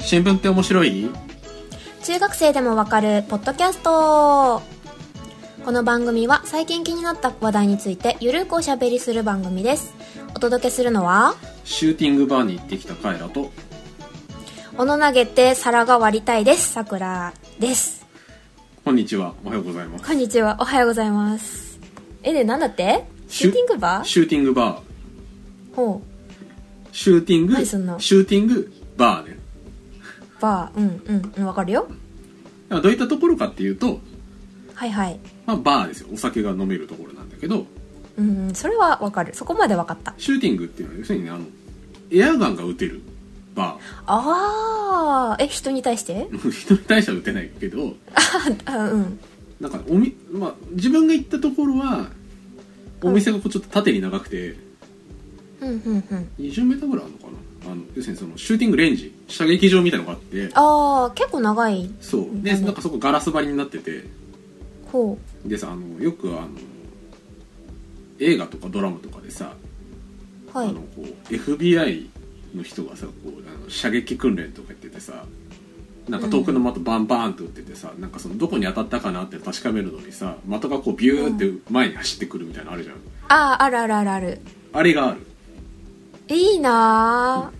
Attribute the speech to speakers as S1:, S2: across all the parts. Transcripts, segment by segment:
S1: 新聞って面白い
S2: 中学生でもわかるポッドキャストこの番組は最近気になった話題についてゆるくおしゃべりする番組ですお届けするのは
S1: シューティングバーに行ってきたカエラと
S2: 斧投げて皿が割りたいですさくらです
S1: こんにちはおはようございます
S2: こんにちはおはようございますえでなんだってシューティングバー
S1: シューティングバー
S2: ほ
S1: シューティング
S2: 何そんな
S1: シューティングバーね
S2: うバーうんうんうんわかるよ
S1: どういったところかっていうと、
S2: はいはい
S1: まあ、バーですよお酒が飲めるところなんだけど
S2: うんうんそれはわかるそこまでわかった
S1: シューティングっていうのは要するにねあのエアガンが撃てるバ
S2: あーえ人に対して
S1: ー 人に対しては撃てないけど
S2: あうん
S1: なんかおみ、まあ、自分が行ったところはお店がこうちょっと縦に長くて
S2: うんうんうん
S1: 20メーターぐらいあるのかなあの要するにそのシューティングレンジ射撃場みたいなのがあって
S2: ああ結構長い
S1: そうでなんかそこガラス張りになってて
S2: ほ
S1: でさあのよくあの映画とかドラマとかでさ、
S2: うは
S1: あ
S2: い
S1: のこう FBI の人がさこうあの射撃訓練とかやっててさなんか遠くの的バンバーンって撃っててさ、なんかそのどこに当たったかなって確かめるのにさ的がこうビューって前に走ってくるみたいなのあるじゃん、
S2: あああるあるあるある
S1: あれがある
S2: いいな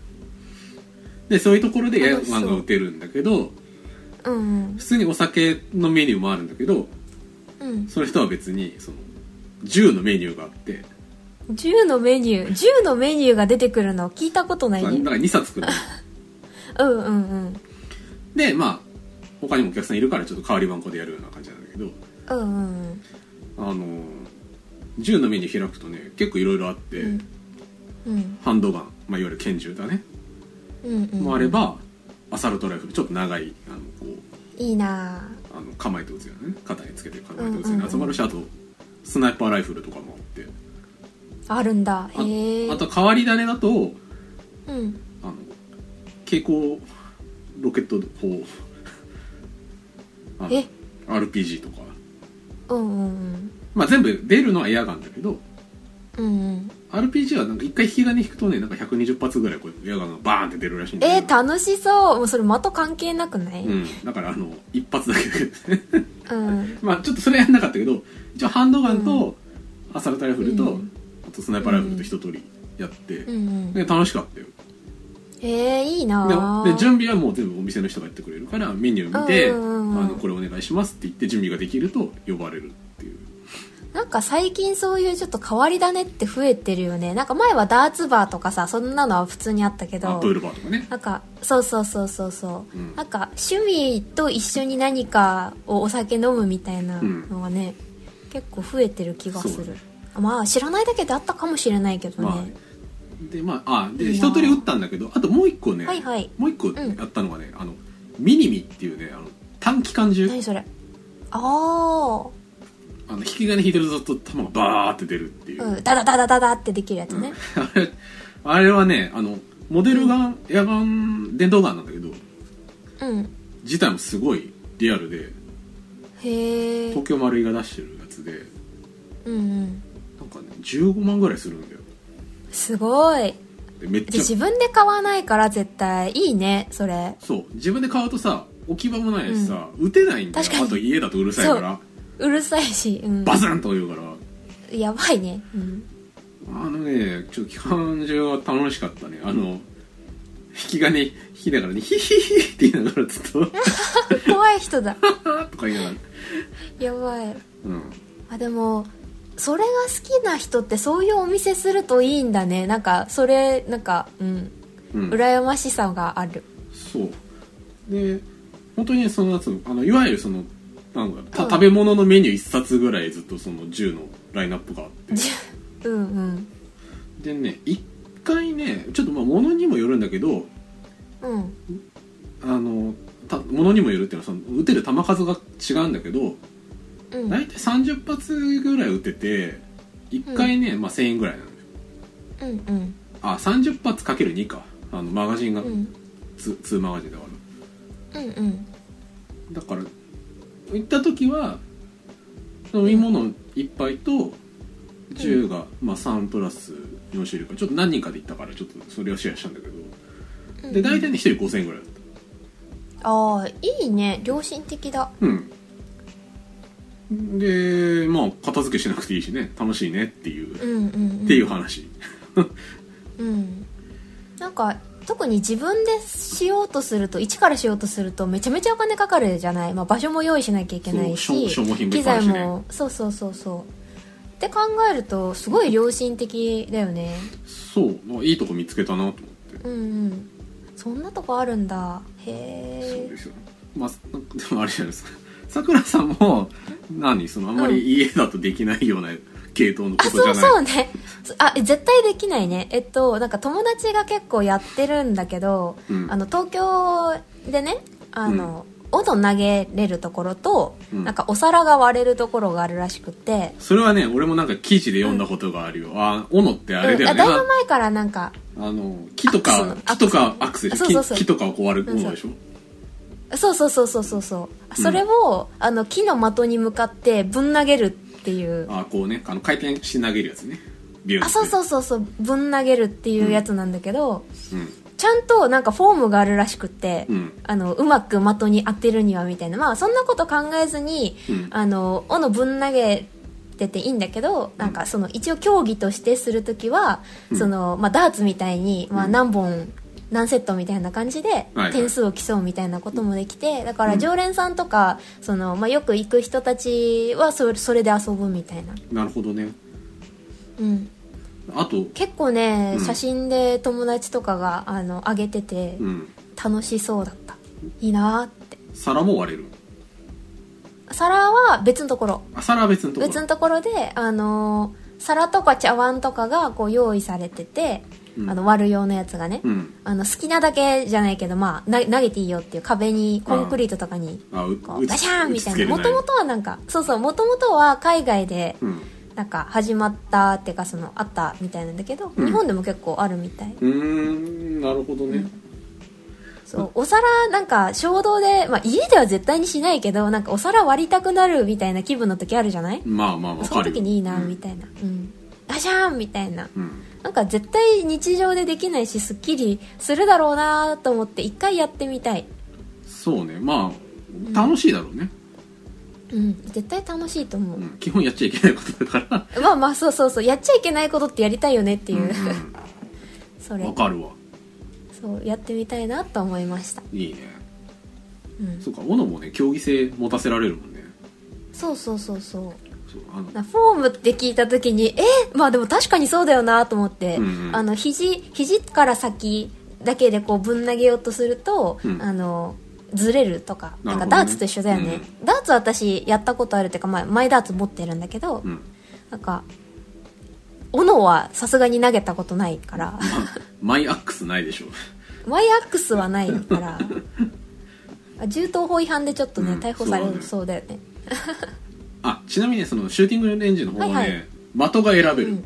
S1: でそういうところでエア
S2: 楽し
S1: ガ
S2: そう
S1: ンが撃てるんだけど
S2: ーうん
S1: 普通にお酒のメニューもあるんだけど
S2: うん
S1: その人は別にその銃のメニューがあって
S2: 銃のメニュー銃のメニューが出てくるの聞いたことない
S1: だから
S2: ね
S1: 2冊作るの
S2: うんうんうん
S1: でまあ他にもお客さんいるからちょっと代わり番こでやるような感じなんだけど
S2: うんうん
S1: あのー銃のメニュー開くとね結構いろいろあって、
S2: うんうん
S1: ハンドガン、まあ、いわゆる拳銃だね、
S2: うんうん
S1: もあればアサルトライフルちょっと長いあのこ
S2: いいな
S1: うあの構えて撃つようなね肩につけて構えて撃つ
S2: う
S1: よう
S2: んう
S1: ん
S2: うん
S1: な集まるし、あとスナイパーライフルとかもあって
S2: ーあるんだ
S1: あ
S2: へえ
S1: あと変わり種だと
S2: うん
S1: あの蛍光ロケット砲あの
S2: え
S1: RPG とか、
S2: うんうん
S1: まあ、全部出るのはエアガンだけど
S2: うんうんうん
S1: RPG はなんか一回引き金引くとねなんか120発ぐらいこう矢がバーンって出るらしいんだ
S2: え
S1: け
S2: ー、
S1: ど、
S2: 楽しそうもうそれ的関係なくない、
S1: うん、だからあの一発だけ で
S2: うん
S1: まあちょっとそれやんなかったけど一応ハンドガンとアサルトライフルと、
S2: うん
S1: あとスナイパーライフルと一通りやって、
S2: うんうん
S1: で楽しかったよ
S2: えー、いいな
S1: でで準備はもう全部お店の人がやってくれるからメニュー見て「あ
S2: うんうんう
S1: の
S2: ん
S1: これお願いします」って言って準備ができると呼ばれるっていう
S2: なんか最近そういうちょっと変わり種って増えてるよねなんか前はダーツバーとかさそんなのは普通にあったけ
S1: あ
S2: ど
S1: プールバーとかね
S2: なんかそうそうそうそうそう、
S1: うん
S2: なんか趣味と一緒に何かをお酒飲むみたいなのがね、結構増えてる気がす
S1: そう
S2: る、
S1: だね
S2: まあ知らないだけであったかもしれないけどね、
S1: まあでまああ
S2: い
S1: で
S2: いな
S1: 一通り打ったんだけどあともう一個ね、
S2: はいはい
S1: もう一個やったのがね、あのミニミっていうねあの短期間中
S2: 何それああ
S1: あの引き金引いてるぞと弾がバーって出るって いう、
S2: うんダダダダダダってできるやつ
S1: うん
S2: ね、
S1: あれあれはねあのモデルガン、エアガン電動ガンなんだけど
S2: うん、
S1: 自体もすごいリアルで
S2: へえ
S1: 東京丸井が出してるやつで
S2: うんうん
S1: なんかね15万ぐらいするんだよ
S2: すごい
S1: でめっ
S2: で
S1: ちゃ
S2: 自分で買わないから絶対いいねそれ
S1: そう自分で買うとさ置き場もないしさ、打てないんだよ
S2: 確かに
S1: あと家だとうるさいから
S2: うるさいし、うん、
S1: バズンと言うから
S2: やばいね、うん、
S1: あのねちょっと期間中は楽しかったねあの、引き金引きながらねヒヒヒって言いながらずっと
S2: 怖い人だ
S1: とか言いながら
S2: やばい
S1: うん
S2: あでもそれが好きな人ってそういうお店するといいんだねなんかそれなんかうん、
S1: うん
S2: 羨ましさが ある
S1: そうで本当にそのやつあのいわゆるそのなんかた
S2: うん
S1: 食べ物のメニュー一冊ぐらいずっとその銃のラインナップがあって
S2: うんうん
S1: でね一回ねちょっとまあ物にもよるんだけど
S2: うん
S1: あのた物にもよるっていうのはその撃てる弾数が違うんだけど
S2: うん
S1: 大体30発ぐらい撃てて1回ね、まあ、1000円ぐらいなのよ
S2: うんうん
S1: あ30発かける2かあのマガジンが、
S2: う
S1: ツ
S2: ん
S1: ー2マガジンだか
S2: うんうん
S1: らだから行った時は飲み物1杯と銃が、まあ、3プラス4種類かちょっと何人かで行ったからちょっとそれをシェアしたんだけどで大体ね1人5000円ぐらいだっ
S2: ああいいね良心的だ
S1: うんでまあ片付けしなくていいしね楽しいねっていう、
S2: うんうん、うん、
S1: っていう話
S2: うんなんか特に自分でしようとすると一からしようとするとめちゃめちゃお金かかるじゃない、まあ、場所も用意しなきゃいけない
S1: そう消
S2: し
S1: 消耗品もい
S2: 機
S1: っぱいあ
S2: 材
S1: るしね
S2: もそうそうそうそうって考えるとすごい良心的だよね
S1: そうあいいとこ見つけたなと思って
S2: うんうんそんなとこあるんだへ
S1: そう
S2: え
S1: ですよまあなんかでもあれじゃないですかさくらさんも何そのあんまり家だとできないような系統のこ
S2: あ
S1: とじ
S2: そ
S1: ゃ
S2: う
S1: ない
S2: そうねあえ絶対できないねえっとなんか友達が結構やってるんだけど、
S1: うん
S2: あの東京でねあの、斧投げれるところと、
S1: うん
S2: なんかお皿が割れるところがあるらしくて、
S1: それはね俺もなんか記事で読んだことがあるよ、あ斧ってあれだよね、
S2: うんあだいぶ前からなんか
S1: あの木と
S2: ア
S1: か
S2: クセス
S1: 木とかアクセス
S2: そうそうそう
S1: 木木とかを壊るものでしょ
S2: そうそうそうそうそうそうそれを、あの木の的に向かってぶん投げるっていう
S1: あこうねあの回転して投げるやつねビューン
S2: あそう
S1: う、
S2: そうそうそうぶん投げるっていうやつなんだけど、
S1: うん、
S2: ちゃんとなんかフォームがあるらしくって、
S1: うん
S2: あのうまく的に当てるにはみたいなまあそんなこと考えずに、
S1: うん
S2: あの斧ぶん投げてていいんだけど、なんかその一応競技としてするときは、
S1: うん
S2: そのまあ、ダーツみたいに、まあ、
S1: うん
S2: 何本、何セットみたいな感じで
S1: はい
S2: 点数を競うみたいなこともできて、だか
S1: う
S2: ら
S1: ん
S2: 常連さんとか、そのまあ、よく行く人たちはそれそれで遊ぶみたいな、
S1: なるほどね
S2: うん、
S1: あと
S2: 結構ね、
S1: うん
S2: 写真で友達とかがあの上げてて、
S1: うん
S2: 楽しそうだったいいなーって
S1: 皿も割れる
S2: 皿は別のところ
S1: あ皿は別のところ
S2: 別のところであのー皿とか茶碗とかがこう用意されてて、
S1: うん
S2: あの割る用のやつがね、
S1: うん
S2: あの好きなだけじゃないけど、まあ、な投げていいよっていう壁にコンクリートとかに
S1: あう
S2: こうガシャーンみたい
S1: 打ち付けれ
S2: なもともとはなんかそうそうもともとは海外で
S1: うん
S2: なんか始まったっていうかそのあったみたいなんだけど、
S1: うん
S2: 日本でも結構あるみたいう
S1: ーんなるほどね
S2: そうお皿なんか衝動で、まあ、家では絶対にしないけどなんかお皿割りたくなるみたいな気分の時あるじゃない
S1: まあまあわ
S2: その
S1: かるよ
S2: 時にいいなみたいなうんガシャーンみたいな
S1: うんうん
S2: なんか絶対日常でできないしすっきりするだろうなと思って一回やってみたい
S1: そうねまあ楽しいだろうね、
S2: うん絶対楽しいと思う
S1: う、ん基本やっちゃいけないことだから
S2: まあまあそうそうそうやっちゃいけないことってやりたいよねっていう、
S1: うん
S2: そ
S1: うん
S2: れ
S1: わかるわ
S2: そうやってみたいなと思いました、
S1: いいね
S2: うん、
S1: そうか斧もね競技性持たせられるもんね
S2: そうそうそうそう
S1: そうあの
S2: なフォームって聞いた時にえまあでも確かにそうだよなと思って、
S1: うんうん
S2: あの肘肘から先だけでこうぶん投げようとすると、
S1: うん
S2: あのずれるとか
S1: なるほど
S2: なん
S1: ね
S2: かダーツと一緒だよね、ダーツは私やったことあるっていうか、まあ、前ダーツ持ってるんだけど、
S1: うん
S2: なんか斧はさすがに投げたことないから
S1: まあマイアックスないでしょ
S2: ワイアックスはないから あ銃刀法違反でちょっとね、
S1: うん
S2: 逮捕され
S1: そうだね
S2: るそうだよね
S1: あちなみにねそのシューティングレンジの方はね、
S2: はい
S1: 的が選べる、
S2: うん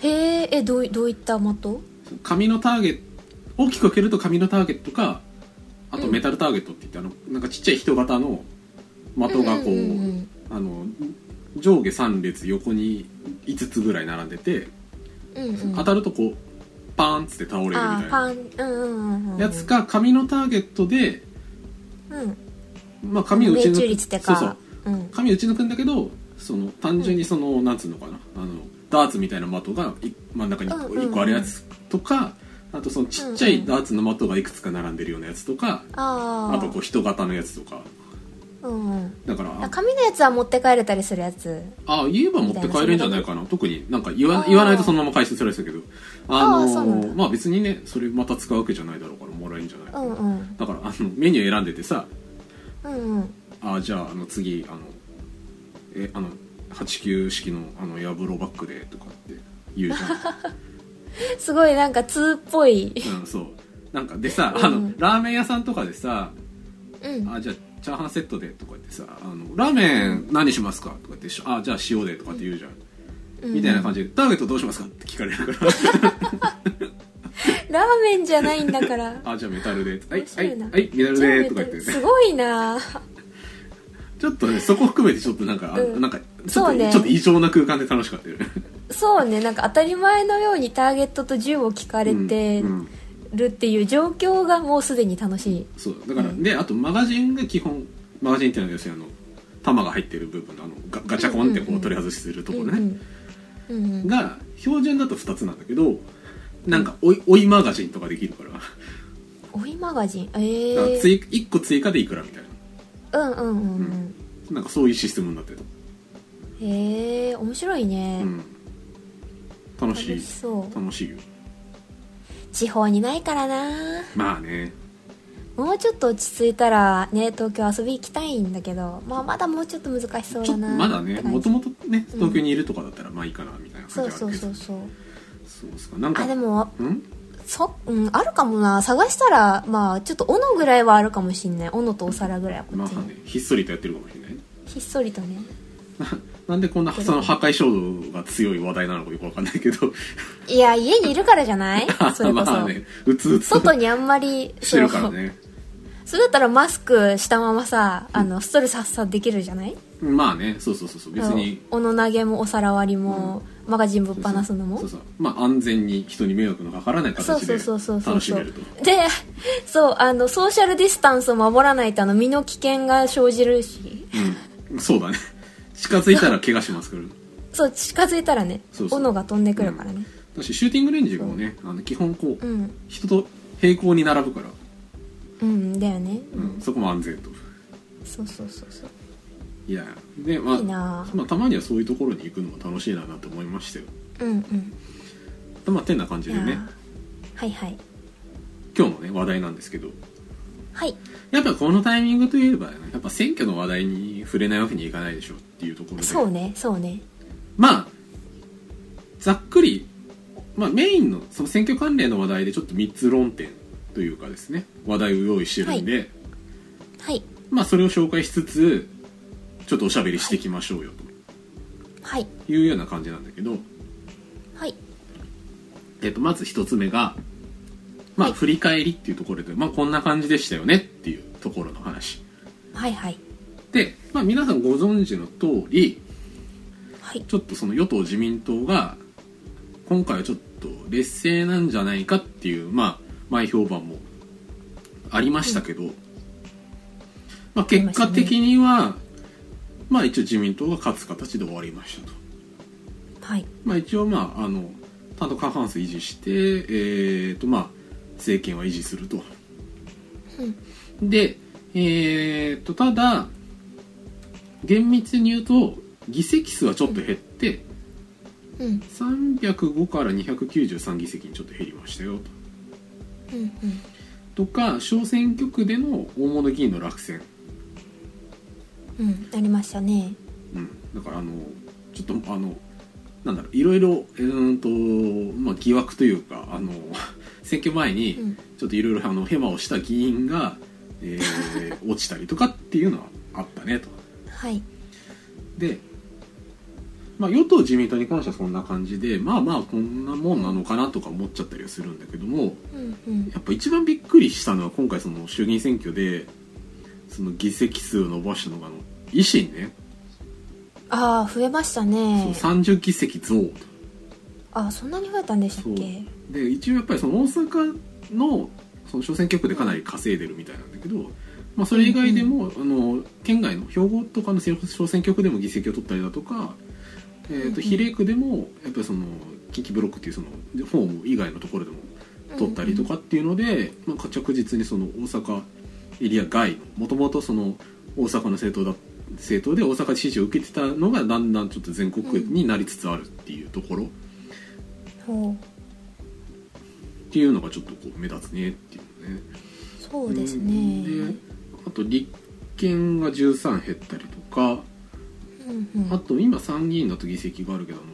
S2: へーえどういどういった的
S1: 紙のターゲット大きく分けると紙のターゲットかあとメタルターゲットって言って、あのなんかちっちゃい人型の的がこう,、
S2: うんうんうんうん
S1: あの上下3列横に5つぐらい並んでて、
S2: うんうん
S1: 当たるとこうパーンっつって倒れるみ
S2: あ
S1: た
S2: ー
S1: い
S2: パ
S1: な
S2: ンうんうんうんうん
S1: やつか紙のターゲットで、
S2: うん
S1: まあ、紙を打ち
S2: 命中
S1: 抜く
S2: 率ってか
S1: そうそう
S2: うん
S1: 紙打ち抜くんだけどその単純にその、なんつうのかなあのダーツみたいな的がい真ん中に
S2: うんうんうん
S1: 1個あるやつとか、あとそのちっちゃ
S2: うんう
S1: い
S2: ん
S1: ダーツの的がいくつか並んでるようなやつとか、
S2: あー
S1: あとこう人型のやつとか
S2: うんうん
S1: だからあ
S2: 紙のやつは持って帰れたりするやつ
S1: あ言えば持って帰れるんじゃないかな特になんか言わ言わないとそのまま回収されてたけどあの
S2: あーそうなんだ
S1: まあ別にねそれまた使うわけじゃないだろうからもらえるんじゃないか
S2: う
S1: な、
S2: んうん
S1: だからあのメニュー選んでてさ
S2: うんうん
S1: あじゃああの次あのえあの89式のあのヤブロバックでとかって言うじ
S2: すごいなんか通っぽい
S1: ゃん、うん、そうなんかでさ
S2: うん
S1: あのラーメン屋さんとかでさ
S2: うん
S1: あじゃあチャーハンセットでとか言ってさあのラーメン何にしますかとか言ってしあじゃあ塩でとかって言うじゃん、
S2: うん
S1: みたいな感じでターゲットどうしますかって聞かれるから
S2: ラーメンじゃないんだから
S1: あじゃあメタルではい
S2: 面
S1: は
S2: 白
S1: い
S2: いな
S1: はいメタルでとか言って
S2: すごいな
S1: ちょっとねそこ含めてちょっとなんか、あ
S2: うん
S1: なんかちょっ
S2: そ
S1: と、
S2: うね
S1: ちょっと異常な空間で楽しかったよね
S2: そうねなんか当たり前のようにターゲットと銃を聞かれて
S1: うんうん
S2: るっていう状況がもうすでに楽しい
S1: そうだから、
S2: うん
S1: であとマガジンが基本マガジンっていうのは要するにあの玉が入ってる部分のあのガガチャコンってこう取り外しするところね、
S2: うんうんうんうん
S1: が標準だと2つなんだけどなんか追い追いマガジンとかできるから,、
S2: 追いマガジンえ
S1: だから
S2: ー、
S1: 追1個追加でいくらみたいな
S2: うんうんうんうん
S1: なんかそういうシステムになってた、
S2: へえ面白いね、
S1: うん、楽
S2: 楽
S1: しい
S2: しそう
S1: 楽しいよ
S2: 地方にないからな
S1: まあね
S2: もうちょっと落ち着いたらね東京遊び行きたいんだけど、まあ、まだもうちょっと難しそう
S1: ちょ
S2: だ
S1: っと
S2: な
S1: まだね
S2: って感じ
S1: もともとね東京にいるとかだったらまあいいかなみたいな
S2: そ
S1: 感じ
S2: う
S1: はあ
S2: そ
S1: る
S2: う
S1: け
S2: そ
S1: ど
S2: うそう
S1: そうですかなんか
S2: あでも
S1: うん
S2: そ、うん、あるかもな探したらまあちょっと斧ぐらいはあるかもしんない斧とお皿ぐらいはこ
S1: ま
S2: っ
S1: あ
S2: ちに、
S1: ねひっそりとやってるかもしれないね
S2: ひっそりとね
S1: なんでこんなその破壊衝動が強い話題なのかよくわかんないけど
S2: いや家にいるからじゃない それこそ、
S1: まあねうつうつ
S2: 外にあんまり
S1: してるからね
S2: そうそれだったらマスクしたままさあのストレス発散できるじゃない
S1: まあねそうそうそうそう別に
S2: おの投げもお皿割りも、マガジンぶっ
S1: そう
S2: 放すのも
S1: そうそうまあ安全に人に迷惑のかからない
S2: そう
S1: 形
S2: そ
S1: で
S2: うそうそうそう
S1: 楽しめると
S2: でそうあのソーシャルディスタンスを守らないとあの身の危険が生じるし
S1: うんそうだね近づいたら怪我しますから
S2: そう近づいたらね
S1: そうそう
S2: 斧が飛んでくるからね
S1: だしシューティングレンジもねあの基本こう、
S2: うん、うん
S1: 人と平行に並ぶから、
S2: だよね、
S1: うん、そこも安全と
S2: そうそうそうそう
S1: いやでまあ
S2: いいなあ
S1: まあ、たまにはそういうところに行くのも楽しいなと思いましたよ
S2: うんうん
S1: まあてな感じ
S2: い
S1: で
S2: や
S1: ね
S2: ーはいはい
S1: 今日のね話題なんですけど
S2: はい
S1: やっぱこのタイミングといえば、ね、やっぱ選挙の話題に触れないわけにいかないでしょうっていうところで
S2: そうねそうね
S1: まあざっくり、まあ、メインのその選挙関連の話題でちょっと3つ論点というかですね話題を用意してるんで、
S2: はい
S1: まあそれを紹介しつつちょっとおしゃべりしていきましょうよ
S2: はい
S1: というような感じなんだけど、
S2: はい
S1: えっとまず1つ目が、まあ、
S2: はい
S1: 振り返りっていうところで、まあ、こんな感じでしたよねっていうところの話
S2: はいはい
S1: で、まあ、皆さんご存知の通り
S2: はい
S1: ちょっとその与党自民党が今回はちょっと劣勢なんじゃないかっていうまあ前評判もありましたけど、まあ、
S2: り
S1: 結
S2: ました
S1: 果
S2: ね
S1: 的にはまあ一応自民党が勝つ形で終わりましたと。
S2: はい
S1: まあ、一応まああの単独過半数維持して、えーとまあ、政権は維持すると、で、えー、とただ厳密に言うと議席数はちょっと減って、
S2: うん
S1: 305から293議席にちょっと減りましたよ
S2: うんうん
S1: ととか小選挙区での大物議員の落選、
S2: うんなりましたね
S1: うん、だからあのちょっとあのなんだろういろいろ、えーとまあ、疑惑というかあの 選挙前に、
S2: うん
S1: ちょっといろいろあのヘマをした議員が、えー落ちたりとかっていうのはあったねと
S2: はい
S1: で、まあ、与党自民党に関してはそんな感じでまあまあこんなもんなのかなとか思っちゃったりはするんだけども
S2: うんうん
S1: やっぱ一番びっくりしたのは今回その衆議院選挙でその議席数を伸ばしたのがあの維新ね、
S2: ああ増えましたね
S1: そう30議席増と
S2: あそんなに増えたんでしたっけ
S1: で一応やっぱりその大阪のその小選挙区でかなり稼いでるみたいなんだけど、まあ、それ以外でも、あの県外の兵庫とかの小選挙区でも議席を取ったりだとか、えー
S2: うんう
S1: と
S2: ん
S1: 比例区でもやっぱりその近畿ブロックっていうそのフォーム以外のところでも取ったりとかっていうので、まあ、着実にその大阪エリア外もともとその大阪の政党だ政党で大阪で支持を受けてたのがだんだんちょっと全国になりつつあるっていうところ、
S2: ほう
S1: っていうのがちょっとこう目立つねっていうね
S2: そうです
S1: うん
S2: ね
S1: であと立憲が13減ったりとか
S2: うんうん
S1: あと今参議院だと議席があるけども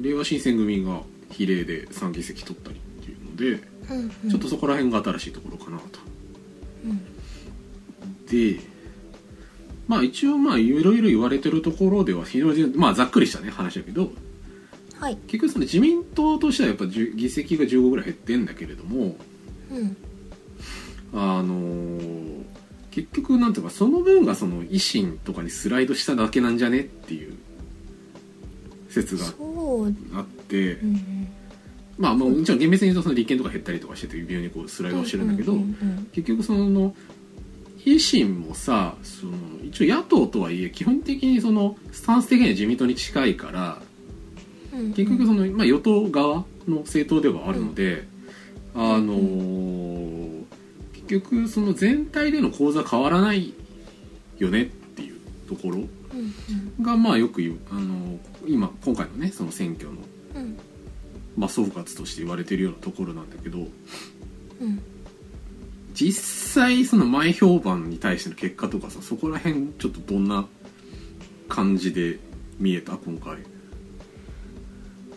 S1: れいわ新選組が比例で3議席取ったりっていうので、
S2: うんうん
S1: ちょっとそこら辺が新しいところかなと
S2: うん
S1: でまあ一応まあいろいろ言われてるところでは非常にまあざっくりしたね話だけど
S2: はい
S1: 結局その自民党としてはやっぱ10議席が15ぐらい減ってんだけれども
S2: うん
S1: あのー結局なんていうかその分がその維新とかにスライドしただけなんじゃねっていう説が
S2: そう
S1: あって
S2: うん
S1: まあもうもちろん厳密に言うとその利権とか減ったりとかしてて微妙にこうスライドをしてるんだけど、
S2: うんうん
S1: 結局その維新もさその一応野党とはいえ基本的にそのスタンス的には自民党に近いから
S2: うんうん
S1: 結局その、まあ、与党側の政党ではあるので、あのー結局その全体での構図は変わらないよねっていうところ
S2: うん
S1: がまあよく言う、あのー今今回のねその選挙の、
S2: うん
S1: まあ、総括として言われてるようなところなんだけど
S2: うん
S1: 実際その前評判に対しての結果とかさそこら辺ちょっとどんな感じで見えた今回。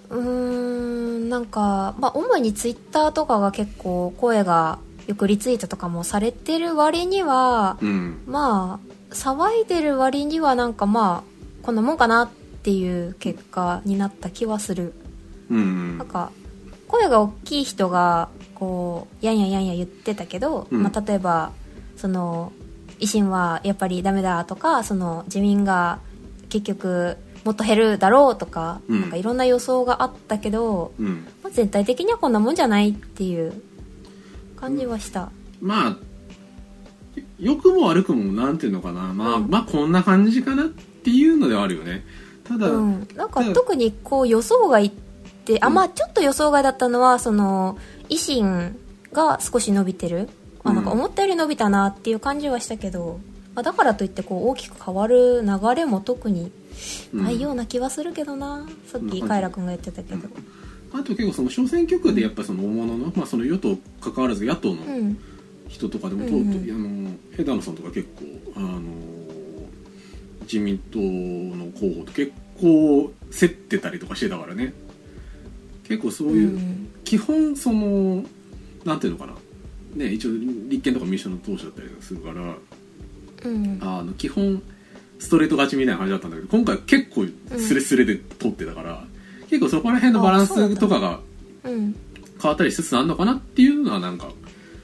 S2: うーんなんか、まあ、主にツイッターとかが結構声がよくリツイートとかもされてる割には、
S1: うん
S2: まあ騒いでる割にはなんかまあこんなもんかなっていう結果になった気はする
S1: うん
S2: なんか声が大きい人がこうやんやんやんや言ってたけど、
S1: うん
S2: まあ、例えばその維新はやっぱりダメだとかその自民が結局もっと減るだろうとか,、
S1: うん
S2: なんかいろんな予想があったけど、
S1: うん
S2: まあ、全体的にはこんなもんじゃないっていう感じはした、
S1: まあ良くも悪くもなんていうのかな、まあ、まあこんな感じかなっていうのではあるよねただ、
S2: う
S1: うん
S2: ん、なんか
S1: うん
S2: 特にこう予想外って、あ
S1: うん
S2: まあちょっと予想外だったのはその維新が少し伸びてる、あ
S1: うん
S2: なんか思ったより伸びたなっていう感じはしたけど、まあ、だからといってこう大きく変わる流れも特にないような気はするけどな、さっき
S1: うん
S2: カイラ君が言ってたけど
S1: あと結構その小選挙区でやっぱその大物の、まあその与党関わらず野党の
S2: うん、うん
S1: 人とかでも、
S2: うん
S1: と
S2: うん
S1: とあの枝野さんとか結構あの自民党の候補と結構競ってたりとかしてたからね結構そう
S2: う
S1: いう、
S2: ん
S1: 基本そのなんていうのかなね一応立憲とか民主党の党首だったりとかするから
S2: うん
S1: あの基本ストレート勝ちみたいな感じだったんだけど今回結構スレスレで取ってたから、結構そこら辺のバラン
S2: あそうだっ
S1: ス
S2: た
S1: とかが
S2: うん
S1: 変わったりしつつあるのかなっていうのはなんか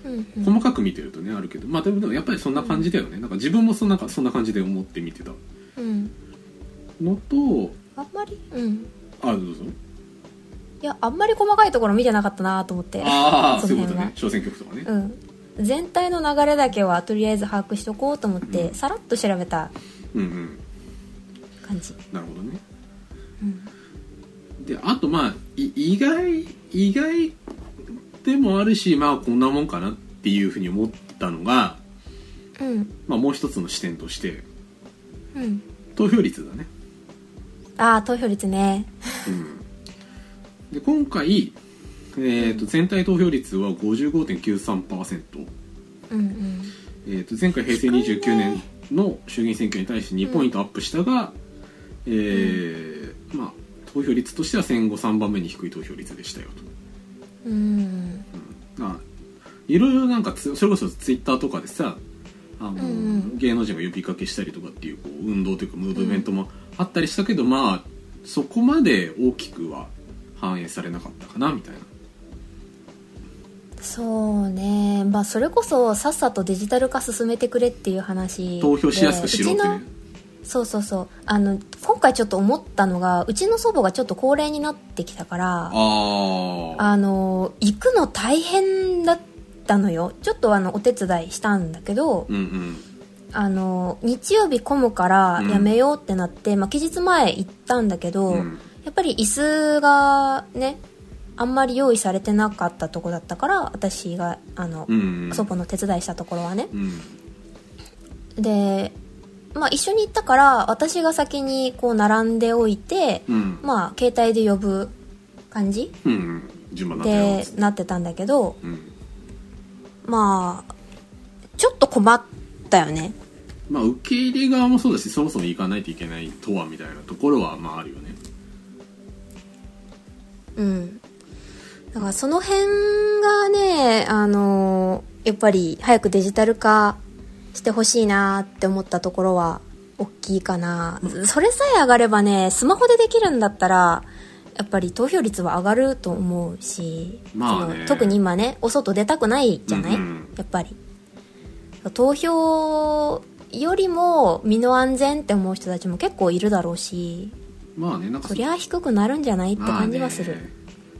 S2: うん
S1: 細かく見てるとねあるけどまあでもでもやっぱりそんな感じだよねなんか自分もそんなんかそんな感じで思って見てた
S2: うん
S1: のと
S2: あんまりうん
S1: あどうぞ
S2: いやあんまり細かいところ見てなかったなと思って
S1: ああ
S2: そ
S1: そう
S2: の
S1: いうこと
S2: 辺は
S1: ね小選挙区とかね
S2: うん、全体の流れだけはとりあえず把握しとこうと思って、
S1: うん
S2: さらっと調べた
S1: うんうん
S2: 感じ、
S1: なるほどね
S2: うん
S1: であとまあい意外意外でもあるしまあこんなもんかなっていうふうに思ったのが、
S2: うん
S1: まあ、もう一つの視点として
S2: うん、
S1: 投票率だね、
S2: ああ投票率ね
S1: うん、で今回、えー、と全体投票率は55.93%、
S2: うんうん
S1: えー、と前回平成29年の衆議院選挙に対して2ポイントアップしたが、えーまあ、投票率としては戦後3番目に低い投票率でしたよと。
S2: うん
S1: まあいろいろなんかつそれこそツイッターとかでさあの、
S2: んうん
S1: 芸能人が呼びかけしたりとかっていうこう運動というかムーブメントもあったりしたけど、まあそこまで大きくは反映されなかったかなみたいな
S2: そうねまあそれこそさっさとデジタル化進めてくれっていう話で
S1: 投票しやすくしろって
S2: うち
S1: ね
S2: のそうそうそうあの今回ちょっと思ったのがうちの祖母がちょっと高齢になってきたか
S1: あ
S2: ら
S1: あ
S2: あの行くの大変だったのよちょっとあのお手伝いしたんだけど、
S1: うんうん
S2: あの日曜日混むからやめようってなって、まあ、期日前行ったんだけど、
S1: うん
S2: やっぱり椅子がねあんまり用意されてなかったとこだったから私があの、
S1: うんうん
S2: 祖母の手伝いしたところはね
S1: うん
S2: で、まあ、一緒に行ったから私が先にこう並んでおいて、
S1: うん
S2: まあ携帯で呼ぶ感じ
S1: うんうん順番だったよ
S2: でなってたんだけど
S1: うん
S2: まあちょっと困ったよね
S1: まあ受け入れ側もそうだしそもそも行かないといけないとはみたいなところはまああるよね
S2: うん。だからその辺がね、あのやっぱり早くデジタル化してほしいなって思ったところは大きいかな。それさえ上がればね、スマホでできるんだったら、やっぱり投票率は上がると思うし、
S1: まあね
S2: その特に今ね、お外出たくないじゃない、
S1: うんうん
S2: やっぱり。投票よりも身の安全って思う人たちも結構いるだろうし、
S1: まあねなんか
S2: そりゃ低くなるんじゃないって
S1: まあ
S2: 感じはする。
S1: ね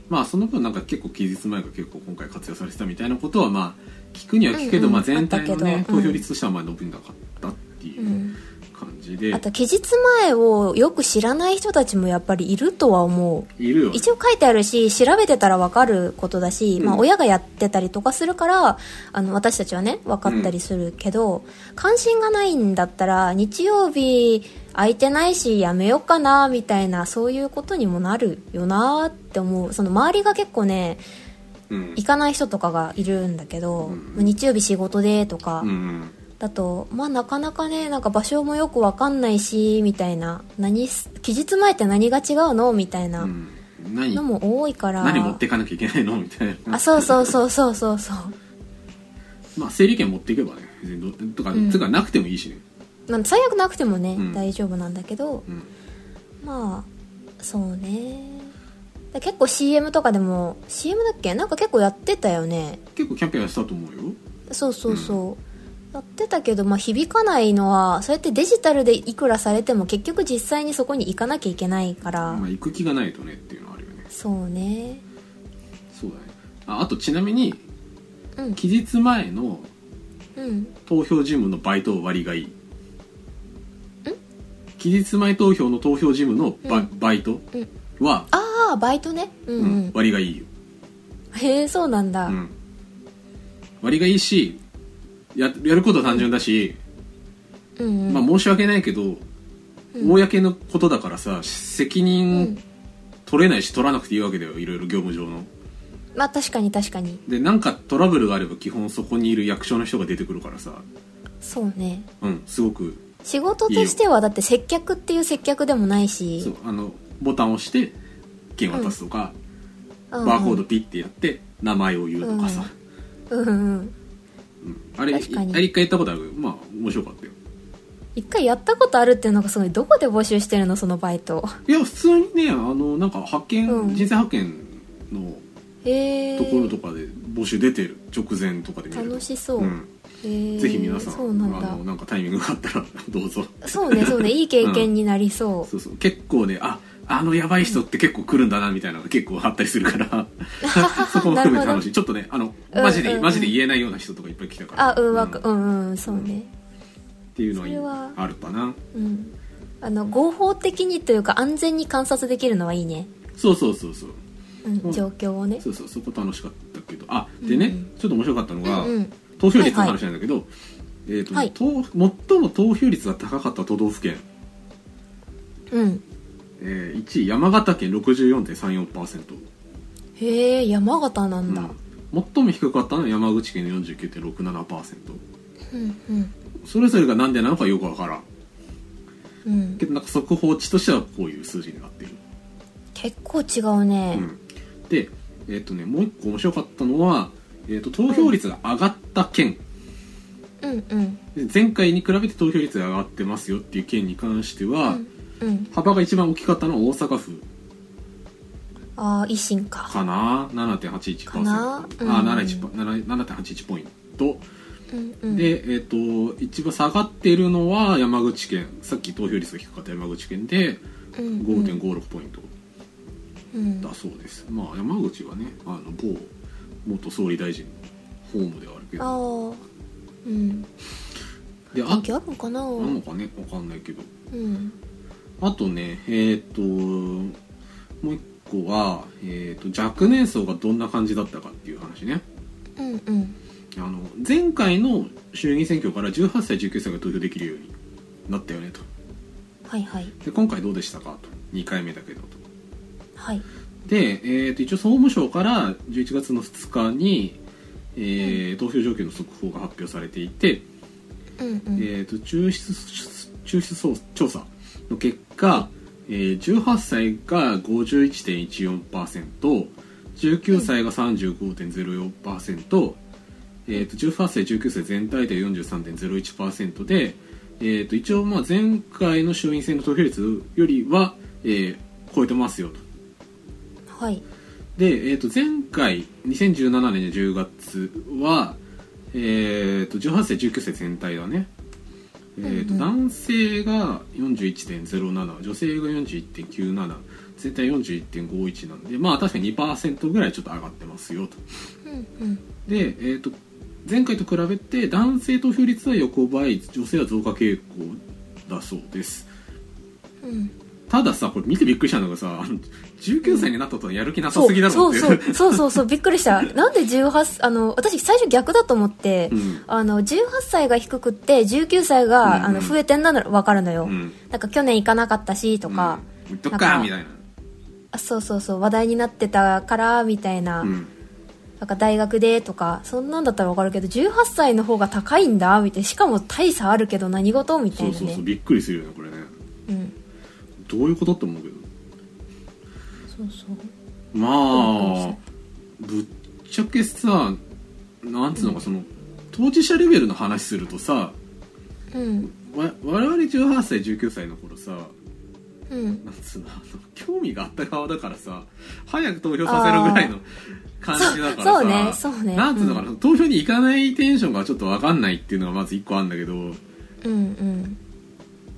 S1: まあその分なんか結構期日前が結構今回活用されてたみたいなことはまあ聞くには聞くけど、
S2: うんうん
S1: まあ、全体の
S2: あった
S1: ね
S2: けど
S1: 投票率としてはまあ伸びなかったっていううん感じで、
S2: あと期日前をよく知らない人たちもやっぱりいるとは思う
S1: いるよね
S2: 一応書いてあるし調べてたら分かることだし、
S1: うん
S2: まあ、親がやってたりとかするからあの私たちはね分かったりするけど、関心がないんだったら日曜日空いてないしやめようかなみたいなそういうことにもなるよなって思うその周りが結構ね
S1: うん
S2: 行かない人とかがいるんだけど、
S1: うん
S2: 日曜日仕事でとか、
S1: うん
S2: だとまあなかなかねなんか場所もよく分かんないしみたいな何す期日前って何が違うのみたいな。
S1: うん何
S2: のも多いから
S1: 何持っていかなきゃいけないのみたいな
S2: あそうそうそうそうそうそう
S1: まあ整理券持っていけばね別にどとか、
S2: うん
S1: とかなくてもいいしね、
S2: まあ最悪なくてもね、
S1: うん
S2: 大丈夫なんだけど
S1: うん、
S2: まあそうねだ結構 CM とかでも CM だっけなんか結構やってたよね
S1: 結構キャンペーンはしたと思うよ
S2: そうそうそう、やってたけど、まあ、響かないのはそうやってデジタルでいくらされても結局実際にそこに行かなきゃいけないから、
S1: まあ行く気がないとねっていうのはあるよね
S2: そうね
S1: そうだねああとちなみに
S2: うん
S1: 期日前の
S2: うん
S1: 投票ジムのバイト割がいい期日前投票の投票ジムのバ,、
S2: うん
S1: バイト
S2: うん
S1: は、
S2: ああバイトねうん
S1: う
S2: うんん、
S1: 割がいいよ、
S2: へえそうなんだ、
S1: うん、割がいいしややることは単純だし、
S2: うんうん
S1: まあ申し訳ないけど、
S2: うん
S1: 公のことだからさ責
S2: うん
S1: 任取れないし取らなくていいわけだよいろいろ業務上の
S2: まあ確かに確かに
S1: でなんかトラブルがあれば基本そこにいる役所の人が出てくるからさ
S2: そうね
S1: うんすごく
S2: 仕事としてはだって接客っていう接客でもないし
S1: そうあのボタンを押して券渡すとか、
S2: うんうん
S1: バーコードピッてやって名前を言うとかさ、
S2: うんうん
S1: うんあれあれ
S2: 確かに
S1: 一回やったことあるけどまあ面白かったよ
S2: 一回やったことあるっていうのがすごいどこで募集してるのそのバイト
S1: いや普通にねあのなんか発見、
S2: うん
S1: 人生発見の
S2: へえ
S1: ところとかで募集出てる直前とかで見ると
S2: 楽しそう、
S1: うん、
S2: へえ
S1: ぜひ皆さん
S2: そうなん
S1: あの
S2: だ
S1: なんかタイミングがあったらどうぞ
S2: そうねそうねいい経験になりそう、
S1: そうそう結構ねああのやばい人って結構来るんだなみたいなのが結構あったりするから そこも含めて楽しいちょっとねあの
S2: うん
S1: マジで、
S2: うんうん
S1: マジで言えないような人とかいっぱい来たから
S2: あうんわかうんうんそうね
S1: っていうのはいい
S2: それは
S1: あるかな
S2: うんあの合法的にというか安全に観察できるのはいいね、
S1: そうそうそうそう
S2: うん
S1: うん
S2: 状況をね
S1: そうそうそこ楽しかったけどあでね、
S2: うんうん
S1: ちょっと面白かったの
S2: う
S1: が、
S2: んうん
S1: 投票率の話なんだけど、えーと
S2: はい
S1: と最も投票率が高かった都道府県、
S2: うん
S1: えー、1位山形県64.34%、
S2: へえ山形な
S1: うん
S2: だ、
S1: ん、最も低かったのは山口県の49.67%
S2: うん、うん
S1: それぞれがなんでなのかよくわからん
S2: うん
S1: けどなんか速報値としてはこういう数字になっている、
S2: 結構違うね、
S1: うん、でえっ、とねもう一個面白かったのは、えー、と投票率が上がった県、
S2: うんうん
S1: で前回に比べて投票率が上がってますよっていう県に関しては、
S2: うん
S1: 幅が一番大きかったのは大阪府
S2: ああ維新か
S1: かな7.81%
S2: かなうん
S1: あ71パ7 7.81ポイント、
S2: うんうん
S1: でえっ、と一番下がってるのは山口県さっき投票率が低かった山口県で
S2: 5.5
S1: 5.56ポイント
S2: うん
S1: だそうです、まあ山口はねあの某元総理大臣のホームではあるけ
S2: ああ
S1: ど
S2: うん
S1: であ
S2: 関係あるのかな
S1: あんのかねわかんないけど
S2: うん
S1: あとねえっ、ともう一個は、えー、と若年層がどんな感じだったかっていう話ね
S2: うんうん
S1: あの前回の衆議院選挙から18歳19歳が投票できるようになったよねと
S2: はいはい
S1: で今回どうでしたかと2回目だけどと
S2: はい
S1: で、えー、と一応総務省から11月の2日に、えー投票状況の速報が発表されていて、
S2: うん
S1: え
S2: うん
S1: ー、と抽出抽出調査の結果、えー18歳が51.14%19 歳が35.04%、えー、と18歳19歳全体で43.01%で、えー、と一応まあ前回の衆院選の投票率よりは、えー超えてますよと。
S2: はい
S1: で、えー、と前回2017年の10月は、えー、と18歳19歳全体だね、えーと
S2: うんうん
S1: 男性が41.07女性が41.97全体41.51なんでまあ確かに2%ぐらいちょっと上がってますよと
S2: うんうん
S1: で、えー、と前回と比べて男性投票率は横ばい女性は増加傾向だそうです
S2: うん
S1: たださこれ見てびっくりしたのがさあの19歳になったとやる気なさ
S2: そ
S1: すぎだ
S2: う
S1: ろ
S2: そうう
S1: って
S2: そうそうそうそうびっくりしたなんで18あの私最初逆だと思って、
S1: うん
S2: あの18歳が低くって19歳
S1: う
S2: が、
S1: んうん
S2: あの増えてんなら分かるのよ、
S1: うん
S2: なんか去年行かなかったしとか、
S1: うん、と
S2: なん
S1: か
S2: か
S1: みたいな
S2: あそうそうそう話題になってたからみたいな、
S1: うん
S2: なんか大学でとかそんなんだったら分かるけど18歳の方が高いんだみたいなしかも大差あるけど何事みた
S1: そ
S2: いうな
S1: そうそう
S2: ね
S1: びっくりするよねこれね
S2: うん
S1: どういうことって思うけど
S2: そうそう
S1: ま
S2: どう
S1: あぶっちゃけさなんつうのか、その当事者レベルの話するとさ
S2: うん
S1: わ我々18歳19歳の頃さ
S2: うん
S1: なんつうのあの興味があった側だからさ早く投票させるぐらいの感じだからさ
S2: そうそうねそうね
S1: なんつうのかな、投票に行かないテンションがちょっと分かんないっていうのがまず一個あるんだけど
S2: うんうん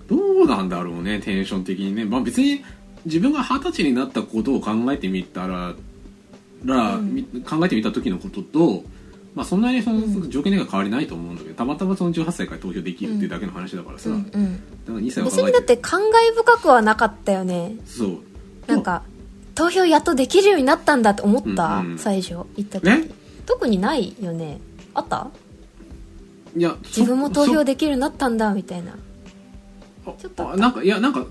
S1: どうなんだろうねテンション的にねまあ別に自分が二十歳になったことを考えてみたらら、
S2: うん
S1: み考えてみた時のことと、まあ、そんなにその
S2: うん
S1: 条件が変わりないと思うんだけど、たまたまその18歳から投票できるっていうだけの話だからさ、
S2: う
S1: だ
S2: ん
S1: か
S2: うん
S1: ら2歳は
S2: 別
S1: 考え
S2: にだって感慨深くはなかったよね
S1: そう
S2: なんか投票やっとできるようになったんだって思った、
S1: うんうん
S2: 最初行った時、
S1: ね
S2: 特にないよねあった
S1: いやそ
S2: 自分も投
S1: そ
S2: 票できるようになったんだみたいなちょっと
S1: あなんかいやなんか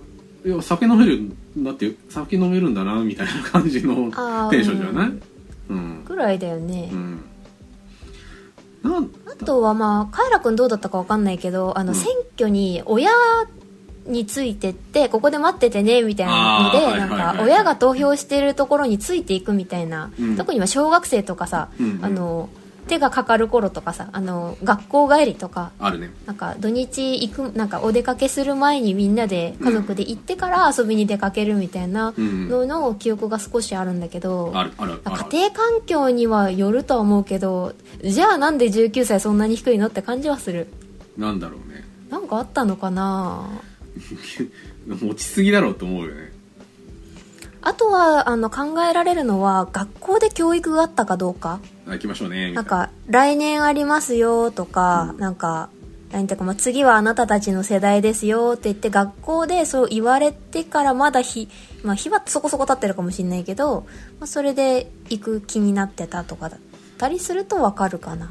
S1: いや酒飲めるんだって酒飲めるんだなみたいな感じの
S2: あー
S1: テンションじゃないうん、
S2: ぐらいだよね、
S1: うんなん
S2: あとはまあカイラ君どうだったかわかんないけどあの、
S1: うん
S2: 選挙に親についてってここで待っててねみたいなので、
S1: あーはい
S2: なん
S1: はいはい
S2: か
S1: はい
S2: 親が投票してるところについていくみたいな、
S1: うん
S2: 特にまあ小学生とかさ、
S1: うんうん
S2: あの手がかかる頃とかさあの学校帰りとか
S1: あるね
S2: なんか土日行くなんかお出かけする前にみんなで家族で行ってから遊びに出かけるみたいな
S1: うん
S2: のの記憶が少しあるんだけど、
S1: あるあるある
S2: 家庭環境にはよるとは思うけどじゃあなんで19歳そんなに低いのって感じはする
S1: なんだろうね
S2: なんかあったのかな
S1: 持ちすぎだろうと思うよね
S2: あとはあの考えられるのは学校で教育があったかどうか
S1: あ行きましょうねみた
S2: ないんか来年ありますよとか、
S1: うん
S2: なんかなんていうか、まあ、次はあなたたちの世代ですよって言って学校でそう言われてからまだ日、まあ、日はそこそこ経ってるかもしれないけど、まあ、それで行く気になってたとかだったりするとわか るかな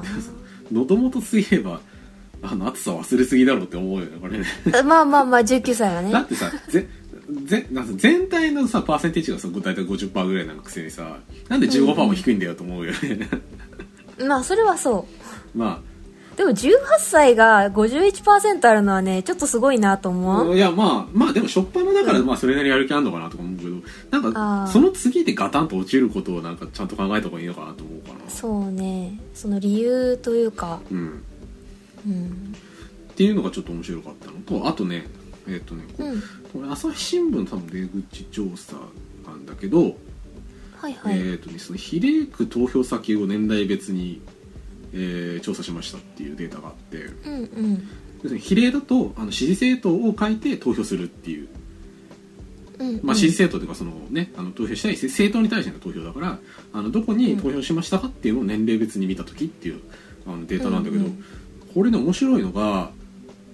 S1: 喉元すぎればあの暑さ忘れすぎだろうって思うよねこれね
S2: まあまあまあ19歳はね
S1: だってさぜぜなんか全体のさパーセンテージがさ大体50%ぐらいなのくせにさなんで15%も低いんだよと思うよね
S2: まあそれはそ
S1: ま
S2: うでも18歳が51%あるのはねちょっとすごいなと
S1: あ
S2: 思う
S1: いやまあまあでも初っ端だから、
S2: うん
S1: まあそれなりやる気あんのかなとか思うけどなん
S2: あ
S1: か
S2: ー
S1: その次でガタンと落ちることをなんかちゃんと考えた方がいいのかなと思うかな
S2: そうねその理由というか
S1: うん
S2: うん
S1: っていうのがちょっと面白かったのとあとねえっ、とねこ,、
S2: うん
S1: これ朝日新聞の多分出口調査なんだけど、
S2: はいはい、
S1: えっ、とねその比例区投票先を年代別に、えー調査しましたっていうデータがあって、
S2: うんうん
S1: 要するに比例だとあの支持政党を書いて投票するっていう、
S2: うん
S1: まあ、支持政党というかその、ね、あの投票したいせ政党に対しての投票だからあのどこに投票しましたかっていうのを年齢別に見た時っていうあのデータなんだけど、
S2: うんうん
S1: これね面白いのが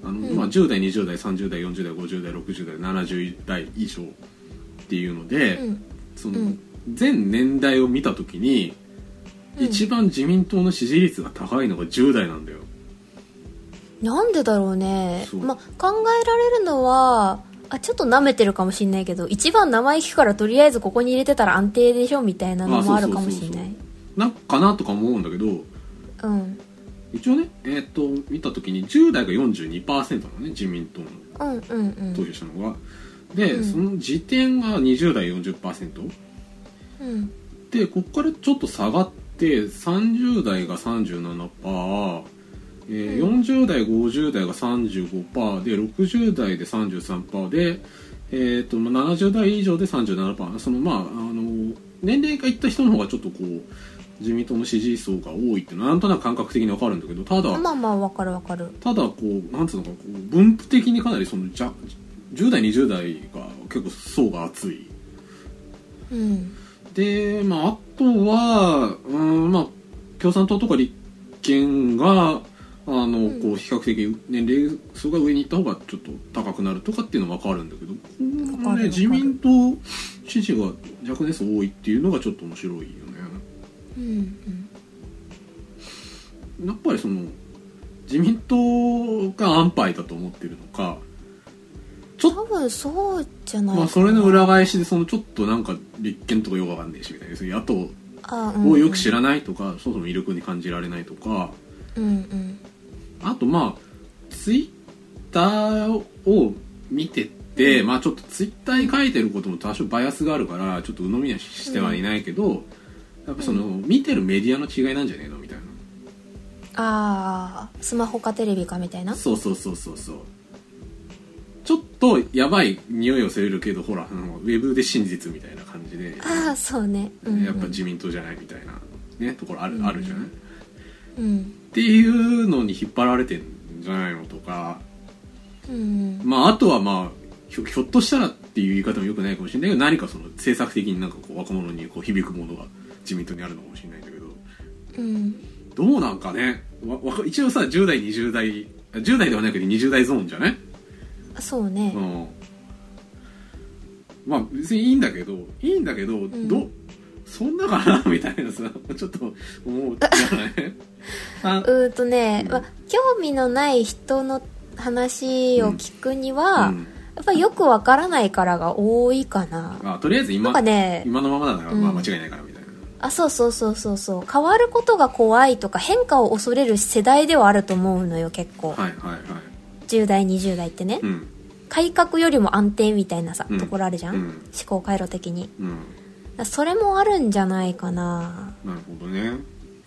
S1: あの、
S2: ん
S1: まあ、10代20代30代40代50代60代70代以上っていうので、
S2: うん
S1: そうの
S2: ん
S1: 全年代を見た時に、
S2: うん
S1: 一番自民党の支持率が高いのが10代なんだよ。
S2: なんでだろうね
S1: そう
S2: まあ考えられるのはあちょっと舐めてるかもしんないけど一番名前聞くからとりあえずここに入れてたら安定でしょみたいなのもあるかもしんな
S1: あそうそうそう
S2: い
S1: なんかなとか思うんだけど
S2: うん
S1: 一応ね、えー、と見た時に10代が42%なのね自民党の
S2: うんうんうん
S1: 投票したのが、で、
S2: うん
S1: その時点が20代40%
S2: うん
S1: でここからちょっと下がって30代が37%えー
S2: うん
S1: 40代50代が35%で60代で33%で、えー、とまあ70代以上で37%そのまああの年齢がいった人の方がちょっとこう自民党の支持層が多いってなんとなく感覚的にわかるんだけどただ、
S2: まあまあわかるわかる
S1: ただこうなんつうのかこう分布的にかなりそのじゃ10代20代が結構層が厚い
S2: うん
S1: で、まあ、あとは、うんまあ、共産党とか立憲があの
S2: ん
S1: こう比較的年齢層が上に行った方がちょっと高くなるとかっていうのは分かるんだけど、
S2: わ
S1: こ
S2: か
S1: れね、
S2: る
S1: 自民党支持が若年層多いっていうのがちょっと面白いよね。
S2: うんうん
S1: やっぱりその自民党が安牌だと思ってるのかちょっと
S2: 多分そうじゃないかな、
S1: まあ、それの裏返しでそのちょっとなんか立憲とかよくわかんないしみたいなその野党
S2: あ、うんうん、
S1: をよく知らないとか、そもそも魅力に感じられないとか
S2: うんうん
S1: あとまあツイッターを見てて、まあちょっとツイッターに書いてることも多少バイアスがあるからちょっと鵜呑みにはしてはいないけど、やっぱその見てるメディアの違いなんじゃねえのみたいな
S2: ああスマホかテレビかみたいな
S1: そうそうそうそうそうちょっとやばい匂いをするけどほらあのウェブで真実みたいな感じで
S2: ああそうね、うんうん、
S1: やっぱ自民党じゃないみたいな、ね、ところある,、
S2: うん
S1: あるじゃないっ
S2: うん
S1: ていうのに引っ張られてんじゃないのとか、
S2: うん
S1: まあ、あとはまあひょひょっとしたらっていう言い方もよくないかもしれないけど何かその政策的になんかこう若者にこう響くものが自民党にあるのかもしれないんだけど
S2: うん
S1: どうなんかねわわか一応さ10代20代あ10代ではないけど20代ゾーンじゃない、
S2: そうね
S1: うん、まあ別にいいんだけどいいんだけど、
S2: ん
S1: どそんなかなみたいなさちょっと思 うじゃないあ
S2: うーんとね、
S1: うん
S2: ま興味のない人の話を聞くには、
S1: うん
S2: やっぱりよくわからないからが多いかな、
S1: あとりあえず
S2: な
S1: 今
S2: んかね
S1: 今のままだから、
S2: うん
S1: まあ、間違いないからみたいな
S2: あそうそうそうそうそう変わることが怖いとか変化を恐れる世代ではあると思うのよ結構、
S1: はいはいはい
S2: 10代20代ってね、
S1: うん
S2: 改革よりも安定みたいなさ、
S1: うん
S2: ところあるじゃん、
S1: うん
S2: 思考回路的に
S1: うん
S2: それもあるんじゃないかな
S1: なるほどね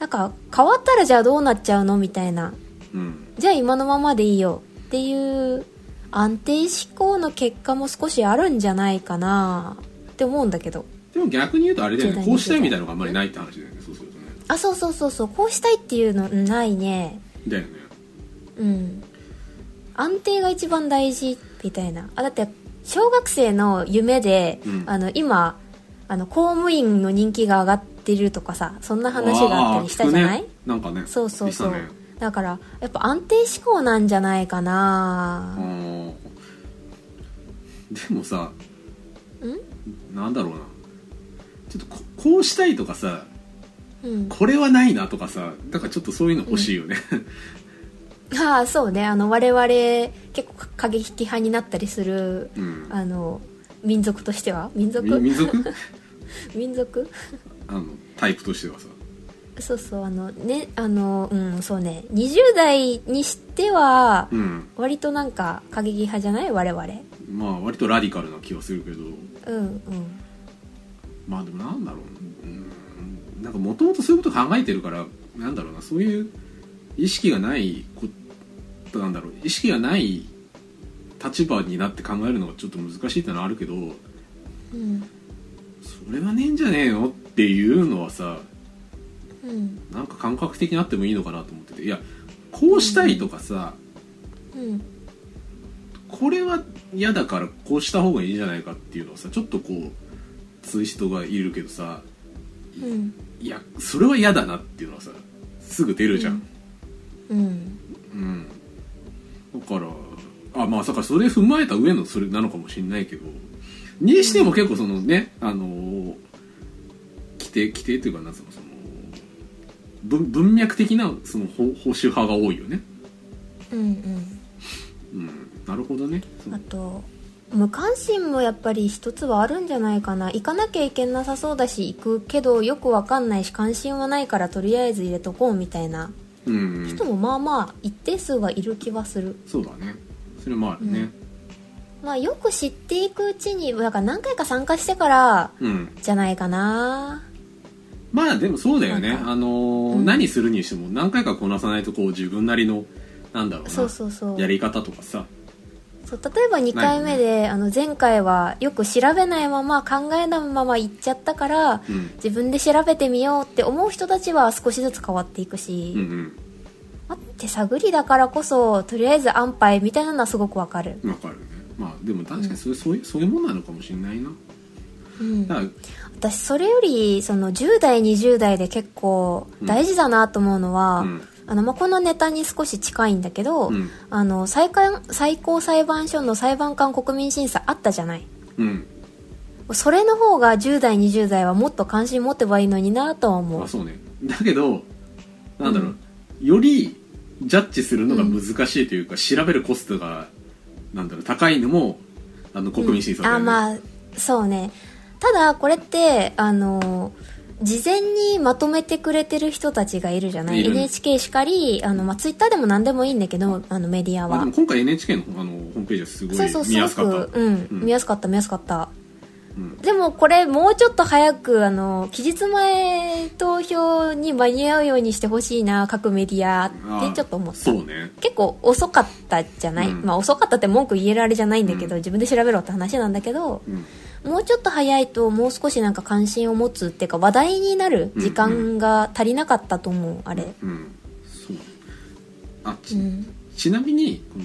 S2: なんか変わったらじゃあどうなっちゃうのみたいな
S1: うん
S2: じゃあ今のままでいいよっていう安定志向の結果も少しあるんじゃないかなって思うんだけど
S1: でも逆に言うとあれだよ
S2: 10
S1: ね
S2: 代
S1: こうしたいみたいなのがあんまりないって話だよねそうするとね
S2: あそうそうそうそうこうしたいっていうのうんないね
S1: だよね
S2: うん安定が一番大事みたいなあだって小学生の夢で、
S1: うん
S2: あの今あの公務員の人気が上がってるとかさそんな話があったりしたじゃな
S1: あー聞
S2: い
S1: くねなんかね
S2: そうそうそう、
S1: したね
S2: だからやっぱ安定志向なんじゃないか
S1: あ
S2: な
S1: ーでもさ
S2: うん
S1: なんだろうなちょっとここうしたいとかさ
S2: うん
S1: これはないなとかさなんかちょっとそういうの欲しいよね、
S2: ああそうねあの我々結構過激派になったりする、
S1: うん
S2: あの民族としては民族
S1: み民 族
S2: 民族
S1: あのタイプとしてはさ
S2: そうそうあのねあのうんそうね20代にしては
S1: うん
S2: 割となんか過激派じゃない我々
S1: まあ割とラディカルな気はするけど
S2: うんうん
S1: まあでもなんだろううんなんかもともとそういうこと考えてるからなんだろうなそういう意識がないことなんだろう意識がない立場になって考えるのがちょっと難しいってのはあるけど
S2: うん
S1: それはねえんじゃねえのっていうのはさ
S2: うん
S1: なんか感覚的になってもいいのかなと思ってていやこうしたいとかさ、
S2: うん
S1: これは嫌だからこうした方がいいんじゃないかっていうのはさちょっとこうツイストがいるけどさ
S2: うん
S1: いやそれは嫌だなっていうのはさすぐ出るじゃん、
S2: うん
S1: うん、だからあまあだからそれ踏まえた上のそれなのかもしれないけどにしても結構そのねあのー規定規定というかなんつうのその文文脈的なその保保守派が多いよね
S2: うんうん
S1: うんなるほどねその
S2: あと無関心もやっぱり一つはあるんじゃないかな行かなきゃいけなさそうだし行くけどよくわかんないし関心はないからとりあえず入れとこうみたいな
S1: うん
S2: 人もまあまあ一定数はいる気はする
S1: そうだねそれもあるね
S2: まあよく知っていくうちになんか何回か参加してから
S1: うん、
S2: じゃないかな
S1: まあでもそうだよね
S2: なんか
S1: あのー
S2: うん
S1: 何するにしても何回かこなさないとこう自分なりのなんだろうな
S2: そうそうそう
S1: やり方とかさ
S2: そう例えば2回目で、あの前回はよく調べないまま考えないまま行っちゃったから、
S1: うん
S2: 自分で調べてみようって思う人たちは少しずつ変わっていくし、
S1: うんうん
S2: まあ手探りだからこそとりあえず安牌みたいなのはすごくわかる
S1: わかるねまあでも確かにそれ、そういうそういうもんなのかもしれないな
S2: うん
S1: だから
S2: 私それよりその10代20代で結構大事だなと思うのは、
S1: うん
S2: あのまあ、このネタに少し近いんだけど、
S1: うん
S2: あの最官最高裁判所の裁判官国民審査あったじゃない
S1: うん
S2: それの方が10代20代はもっと関心持てばいいのになとは思
S1: ま
S2: う
S1: あそうねだけどなんだろ
S2: う
S1: う、よりジャッジするのが難しいというか、調べるコストがなんだろう高いのもあの国民審査だよ
S2: あ
S1: ね
S2: まあそうねただこれってあの事前にまとめてくれてる人たちがいるじゃない
S1: いる
S2: NHK しかりあの、まあ、ツイッターでも何でもいいんだけどあのメディア
S1: まあ
S2: は
S1: でも今回 NHK のあのホームページはすご
S2: そうそう
S1: い見やすかった
S2: ごくうん、
S1: うん
S2: 見やすかった見やすかった、
S1: うん
S2: でもこれもうちょっと早くあの期日前投票に間に合うようにしてほしいな各メディア
S1: あ
S2: ってちょっと思った
S1: そうね
S2: 結構遅かったじゃない、
S1: うん
S2: まあ遅かったって文句言えるあれじゃないんだけど、
S1: うん
S2: 自分で調べろって話なんだけど
S1: うん
S2: もうちょっと早いともう少しなんか関心を持つっていうか話題になる時間が足りなかったと思う、あれ、
S1: うんそうあち,、
S2: うん、
S1: ちなみにこの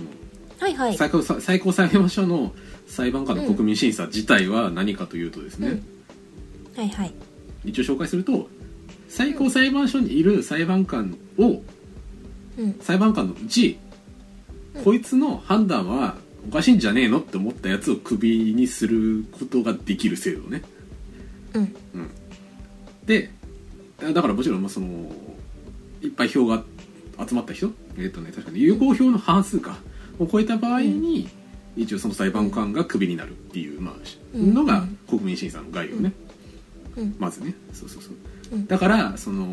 S2: はいはい
S1: 最高さ最高裁判所の裁判官の国民審査自体は何かというとですね、
S2: うんはいはい
S1: 一応紹介すると最高裁判所にいる裁判官を
S2: うん
S1: 裁判官のうち、
S2: うん
S1: こいつの判断はおかしいんじゃねえのって思ったやつをクビにすることができる制度ね
S2: うん
S1: でだからもちろんまあそのいっぱい票が集まった人えっ、とね確かに有効票の半数かを超えた場合に、一応その裁判官がクビになるっていう、まあ、
S2: うん
S1: のが国民審査の概要ね、
S2: うん
S1: まずねそうそうそう、
S2: うん
S1: だからその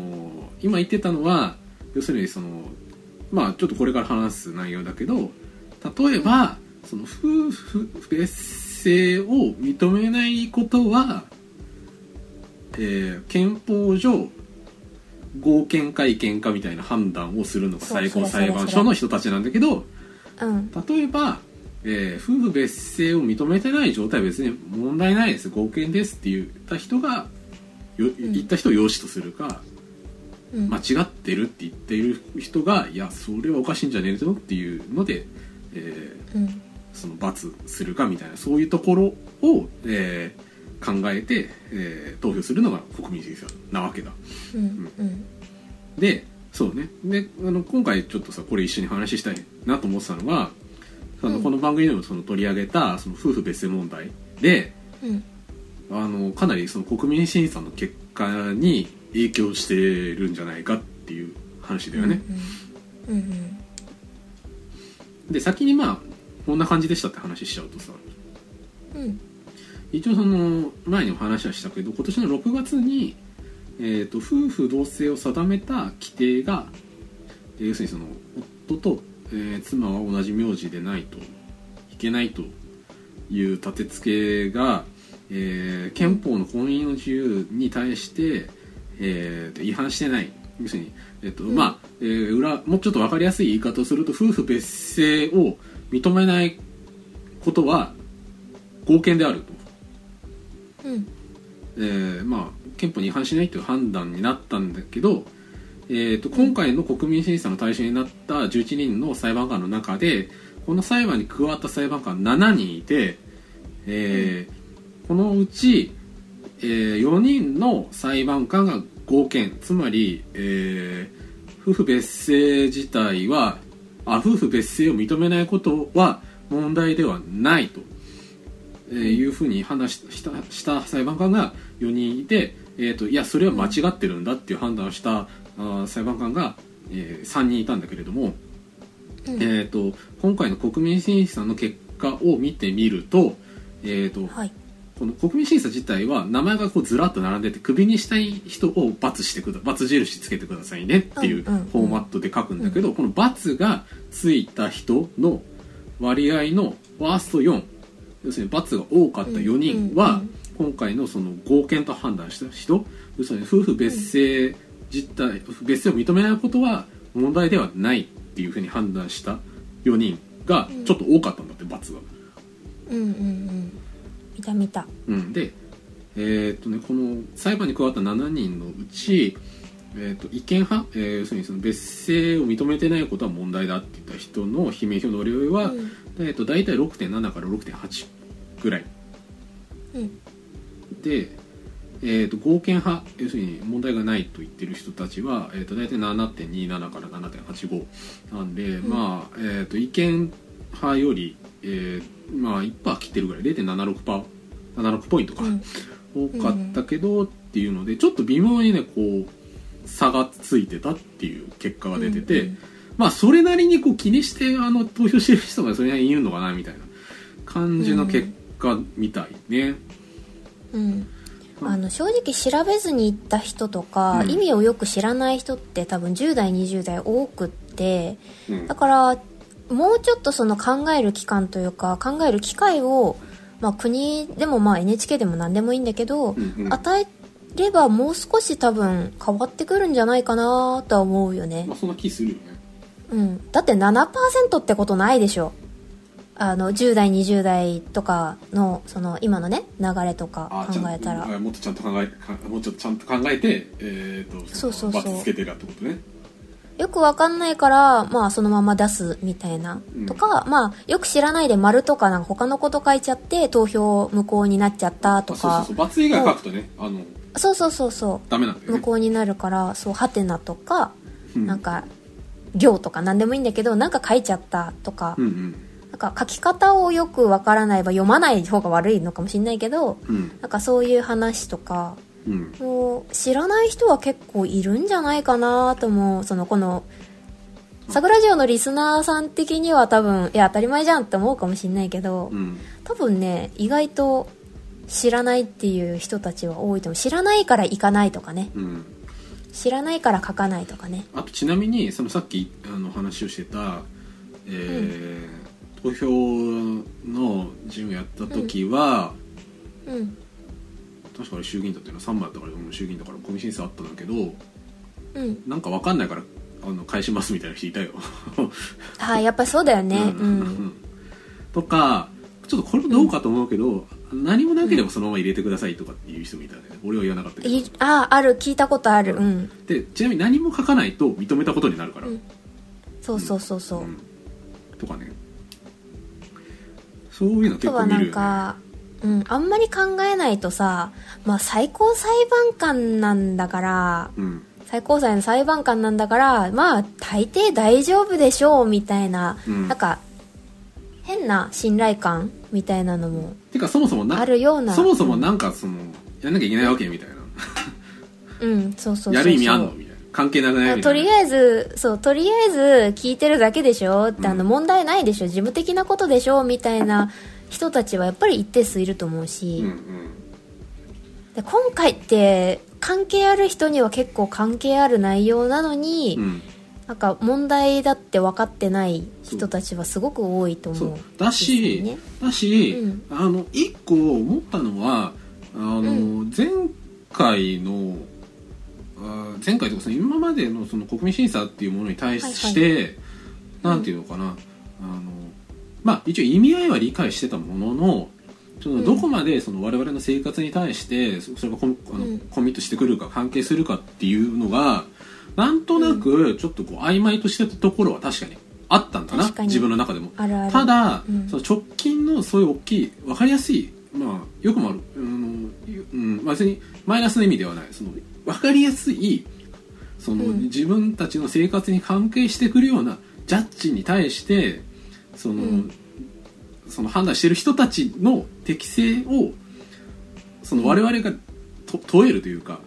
S1: 今言ってたのは要するにそのまあちょっとこれから話す内容だけど例えば、その夫婦別姓を認めないことは、えー憲法上合憲か違憲かみたいな判断をするのが
S2: そう
S1: 最
S2: そ
S1: 高
S2: れそれ
S1: 裁判所の人たちなんだけど
S2: うん
S1: 例えば、えー夫婦別姓を認めてない状態は別に問題ないです合憲ですって言った人がよ
S2: ん
S1: 言った人を養子とするか、
S2: うん
S1: 間違ってるって言っている人がいやそれはおかしいんじゃねえぞっていうので、えー
S2: うん
S1: その罰するかみたいなそういうところを、えー考えて、えー投票するのが国民審査なわけだ。
S2: うんうん
S1: でそうねであの今回ちょっとさこれ一緒に話したいなと思ってたのがその、
S2: うん
S1: この番組でもその取り上げたその夫婦別姓問題で
S2: うん
S1: あのかなりその国民審査の結果に影響してるんじゃないかっていう話だよね。
S2: うんうん
S1: で先にまあこんな感じでしたって話しちゃうとさ
S2: うん
S1: 一応その前にも話はしたけど今年の6月に、えー、と夫婦同姓を定めた規定がえー要するにその夫と、えー妻は同じ名字でないといけないという立て付けが、えー憲法の婚姻の自由に対して、えー違反してない要するに、えっと
S2: うん
S1: まあえー裏もうちょっと分かりやすい言い方をすると夫婦別姓を認めないことは合憲であると。
S2: うん
S1: えーまあ、憲法に違反しないという判断になったんだけど、えー、と今回の国民審査の対象になった11人の裁判官の中でこの裁判に加わった裁判官7人いて、えーこのうち、え4人の裁判官が合憲つまり、えー夫婦別姓自体はあ夫婦別姓を認めないことは問題ではないとえーいうふうに話ししたした裁判官が4人いて、えー、といやそれは間違ってるんだっていう判断をしたあー裁判官が、え3人いたんだけれども、
S2: うん
S1: えー、と今回の国民審査の結果を見てみると,、えーと
S2: はい
S1: この国民審査自体は名前がこうずらっと並んでてクビにしたい人を罰してくだ罰印つけてくださいねっていうフ
S2: うんうんうん
S1: ォーマットで書くんだけど、この罰がついた人の割合のワースト4要するに罰が多かった4人は、
S2: うん
S1: 今回のその合憲と判断した人要するに夫婦別姓実態、別姓を認めないことは問題ではないっていうふうに判断した4人がちょっと多かったんだって罰が。
S2: うんうんうん見た見た
S1: うん、で、えーっとね、この裁判に加わった7人のうち、えーっと違憲派、えー要するにその別姓を認めてないことは問題だって言った人の罷免票の割合は、
S2: うん
S1: えーっと大体6.7から6.8ぐらい
S2: うん
S1: で、えー、と合憲派要するに問題がないと言ってる人たちは、えー、と大体7.27から7.85なんで、
S2: うん
S1: まあ、えー、と違憲派より、えーまあ、1%切ってるぐらい0.76%。76ポイントか、
S2: うん
S1: 多かったけどっていうのでちょっと微妙にねこう差がついてたっていう結果が出てて、
S2: うんうん
S1: まあそれなりにこう気にしてあの投票してる人がそれなりにいるのかなみたいな感じの結果みたいね、
S2: うんあの正直調べずに行った人とか、
S1: うん
S2: 意味をよく知らない人って多分10代20代多くって
S1: うん
S2: だからもうちょっとその考える期間というか考える機会を、まあ、国でもまあ NHK でも何でもいいんだけど、
S1: うんうん
S2: 与えればもう少し多分変わってくるんじゃないかなとは思うよね
S1: まあ、、そんな気するよね
S2: うん、だって7%ってことないでしょあの10代20代とかのその今のね流れとか
S1: あ
S2: 考えた
S1: ち
S2: ら
S1: ゃんあもっとちゃんと考えかもうちょっとちゃんと考えてえー、と
S2: そうそうそ
S1: バ
S2: う
S1: ツつけてるってことね
S2: よくわかんないから、まあ、そのまま出すみたいな、
S1: うん
S2: とか、まあ、よく知らないで丸とかなんか他のこと書いちゃって投票無効になっちゃったと
S1: あそうそう
S2: か
S1: そうバツ以外書くとねあの
S2: そうそうそうそ
S1: ダメなんだ
S2: う
S1: よ
S2: 無
S1: ね
S2: 効になるからそうハテナとか
S1: うん
S2: なんか行とか何でもいいんだけどなんか書いちゃったとか
S1: うんうん
S2: なんか書き方をよくわからないば読まない方が悪いのかもしれないけど
S1: うん
S2: なんかそういう話とか
S1: うん
S2: もう知らない人は結構いるんじゃないかなと思うそのこの桜城のリスナーさん的には多分いや当たり前じゃんって思うかもしんないけど
S1: うん
S2: 多分ね意外と知らないっていう人たちは多いと思う知らないから行かないとかね
S1: うん
S2: 知らないから書かないとかね
S1: あとちなみにそのさっきあの話をしてた、えー投票の順をやった時は、
S2: うん
S1: 確かあれ衆議院だったよな3枚だったから俺も衆議院だからコミ審査あったんだけど
S2: うん
S1: なんか分かんないからあの返しますみたいな人いたよ。
S2: はい、やっぱそうだよねう
S1: うん
S2: ん
S1: とかちょっとこれもどうかと思うけど、何もなければそのまま入れてくださいとかっていう人もいたね俺は言わなかったけど
S2: いあある聞いたことあるうん
S1: でちなみに何も書かないと認めたことになるから。
S2: うんそうそうそうそう、
S1: うんとかねそういうの
S2: あ
S1: 結
S2: とは
S1: 構見
S2: な
S1: る
S2: ん
S1: よね
S2: か、うん、あんまり考えないとさ、まあ、最高裁判官なんだから
S1: うん
S2: 最高裁の裁判官なんだからまあ大抵大丈夫でしょうみたいな、
S1: うん
S2: なんか変な信頼感みたいなのも
S1: てかそもそもな
S2: あるような
S1: そもそもなんかそのやんなきゃいけないわけみたいな
S2: うんそうそうそうそう
S1: やる意味あんのみたいな関係なくないみた
S2: と
S1: い
S2: り
S1: な
S2: あえずそうとりあえず聞いてるだけでしょって、あの
S1: うん
S2: 問題ないでしょ事務的なことでしょみたいな人たちはやっぱり一定数いると思うし、
S1: うんうん
S2: で今回って関係ある人には結構関係ある内容なのに、
S1: うん
S2: なんか問題だって分かってない人たちはすごく多いと思う
S1: そうだし、
S2: ですよね
S1: だし、
S2: うん
S1: あの一個思ったのはあの、
S2: う
S1: 前回のあ前回とかその今までのその国民審査っていうものに対して、
S2: はい
S1: なんていうのかな、あのまあ一応意味合いは理解してたもののそのどこまでその我々の生活に対してそそれがコミあの
S2: うん
S1: コミットしてくるか関係するかっていうのがなんとなくちょっとこう曖昧としてたところは確かにあったんだな
S2: 確かに
S1: 自分の中でも
S2: あるある
S1: ただ、
S2: うん
S1: その直近のそういう大きい分かりやすいまあよくもある、うんうん、まあ別にマイナスの意味ではないその分かりやすいその、
S2: うん
S1: 自分たちの生活に関係してくるようなジャッジに対してその,、
S2: うん
S1: その判断してる人たちの適性をその我々がと問えるというか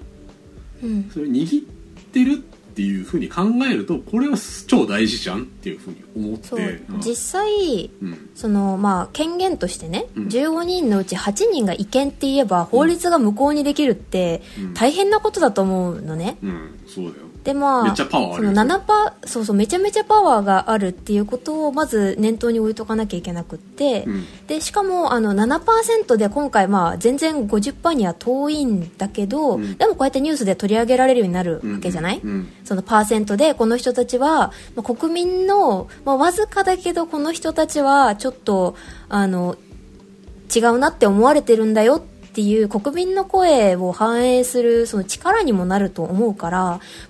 S2: うん
S1: それを握ってるっていうふうに考えるとこれは超大事じゃんっていうふうに思って
S2: そう、
S1: うん
S2: 実際
S1: うん
S2: そのまあ権限としてね、
S1: うん
S2: 15人のうち8人が違憲って言えば法律が無効にできるって
S1: うん
S2: 大変なことだと思うのね、
S1: うん、そうだよ。
S2: でまあ
S1: めっちゃパワーあ
S2: そ
S1: るよ
S2: の7パそうそうめちゃめちゃパワーがあるっていうことをまず念頭に置いとかなきゃいけなくって、
S1: うん
S2: でしかもあの7%で今回、まあ、全然50%には遠いんだけど、
S1: うん
S2: でもこうやってニュースで取り上げられるようになるわけじゃない、
S1: うんうん
S2: そのパーセントでこの人たちは、まあ、国民の、まあ、わずかだけどこの人たちはちょっとあの違うなって思われてるんだよっていう国民の声を反映するその力にもなると思うから、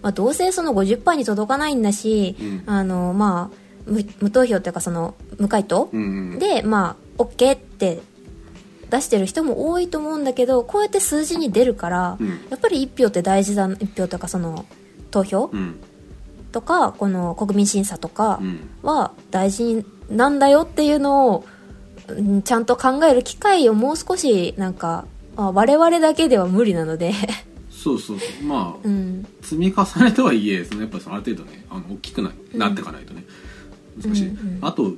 S2: まあ、どうせその50%に届かないんだし、
S1: うん
S2: あのまあ、無無投票というかその無回答、
S1: うんうん
S2: でまあ OK って出してる人も多いと思うんだけどこうやって数字に出るから、
S1: うん
S2: やっぱり一票って大事だな一票とかその投票
S1: うん
S2: とか、この国民審査とか
S1: うん
S2: は大事なんだよっていうのを、うんちゃんと考える機会をもう少しなんかあ我々だけでは無理なの で、
S1: そうそうそうまあ、
S2: うん、
S1: 積み重ねとはいえそのやっぱりそのある程度ねあの大きくな,、なっていかないとね難しい、
S2: うんうん
S1: あと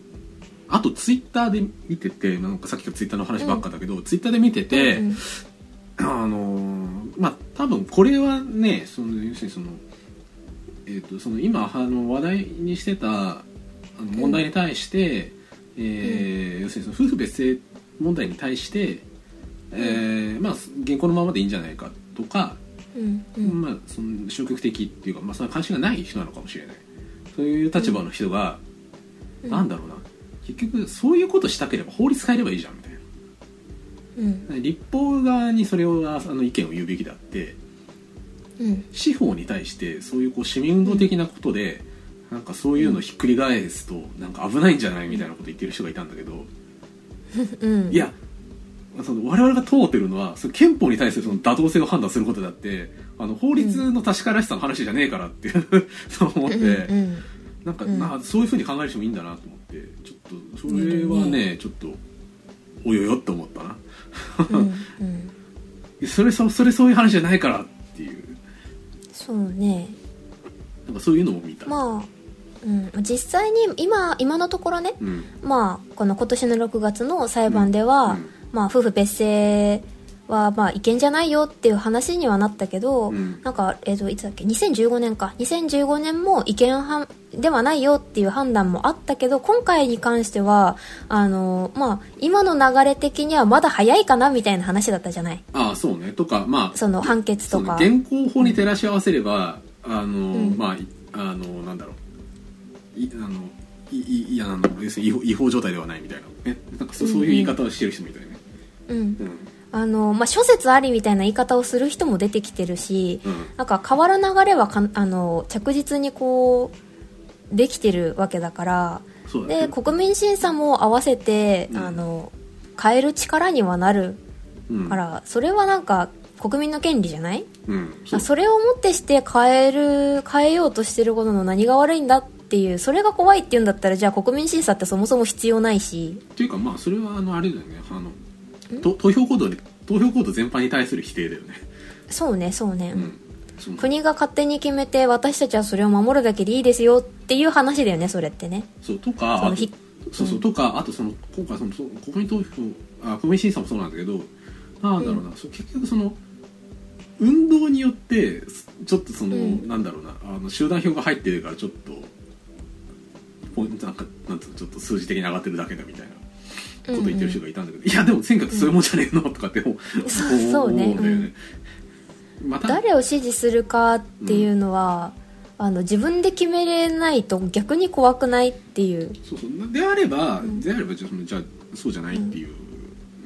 S1: あとツイッターで見ててなんかさっきからツイッターの話ばっかだけど、ツイッターで見てて、
S2: うん
S1: あのーまあ多分これはねその要するにその,、えー、とその今あの話題にしてたあの問題に対して、えー要するにその夫婦別姓問題に対して、えーまあ、現行のままでいいんじゃないかとか、
S2: うんうん
S1: まあ、その消極的っていうか、まあ、その関心がない人なのかもしれないそういう立場の人が、
S2: うん
S1: なんだろうな結局そういうことしたければ法律変えればいいじゃんみたいな。
S2: うん
S1: 立法側にそれをああの意見を言うべきであって
S2: うん
S1: 司法に対してそういうこう市民運動的なことで、なんかそういうのをひっくり返すとなんか危ないんじゃないみたいなこと言ってる人がいたんだけど、
S2: うん
S1: いやその我々が問うてるのはその憲法に対するその妥当性を判断することであってあの法律の確からしさの話じゃねえからってそう思って、
S2: うん
S1: なんか、
S2: うん
S1: まあ、そういうふうに考える人もいいんだなと思ってちょっとそれは
S2: なる
S1: ねちょっとおよよって思ったな。
S2: うんうんうん
S1: それそそれそういう話じゃないからっていう
S2: そうね
S1: なんかそういうのも見た、
S2: まあ、うん、実際に今今のところね、
S1: うん
S2: まあ、この今年の6月の裁判では、
S1: うんうん
S2: まあ、夫婦別姓はまあ違憲じゃないよっていう話にはなったけど、
S1: うん
S2: なんか、えー、といつだっけ2015年か2015年も違憲はではないよっていう判断もあったけど今回に関してはあの、まあ、今の流れ的にはまだ早いかなみたいな話だったじゃない
S1: ああそうねとかまあ
S2: その判決
S1: そ
S2: と
S1: の
S2: か。
S1: 現行法に照らし合わせれば、あの、
S2: ん
S1: まあいあのなんだろういあのいいいやあの要するに違法違法状態ではないみたいな,、ね、なんかそそういう言い方をしてる人もいたよね、
S2: うん
S1: うん
S2: あのまあ、諸説ありみたいな言い方をする人も出てきてるし、
S1: うん
S2: なんか変わる流れはかんあの着実にこうできてるわけだから
S1: そうだね
S2: で国民審査も合わせて、
S1: うん
S2: あの変える力にはなる
S1: うん
S2: から、それはなんか国民の権利じゃない
S1: うん
S2: そ
S1: そう
S2: それをもってして変える変えようとしてることの何が悪いんだっていうそれが怖いっていうんだったらじゃあ国民審査ってそもそも必要ないし。
S1: っていうかまあそれはあのあれだよねあのと投票行動で投票行動全般に対する否定だよね、
S2: そうねそうね、
S1: うん、その
S2: 国が勝手に決めて私たちはそれを守るだけでいいですよっていう話だよねそれってね
S1: そうとか
S2: その
S1: あと
S2: ひ
S1: そうそう、
S2: うん
S1: とかあとその今回そのそう国民投票あ国民審査もそうなんだけどなんだろうな、そう結局その運動によってすちょっとその、
S2: うん
S1: なんだろうなあの集団票が入ってるからちょっとポイントなんかなんつうのちょっと数字的に上がってるだけだみたいなこと言ってる人がいたんだけど、いやでも選挙ってそういうもんじゃねえのとかって思う
S2: そうそうね
S1: 思うんだよね、また
S2: 誰を支持するかっていうのは、あの自分で決めれないと逆に怖くないっていう
S1: そうそうであれば、
S2: ん
S1: であればじゃあそのじゃあそうじゃないっていう、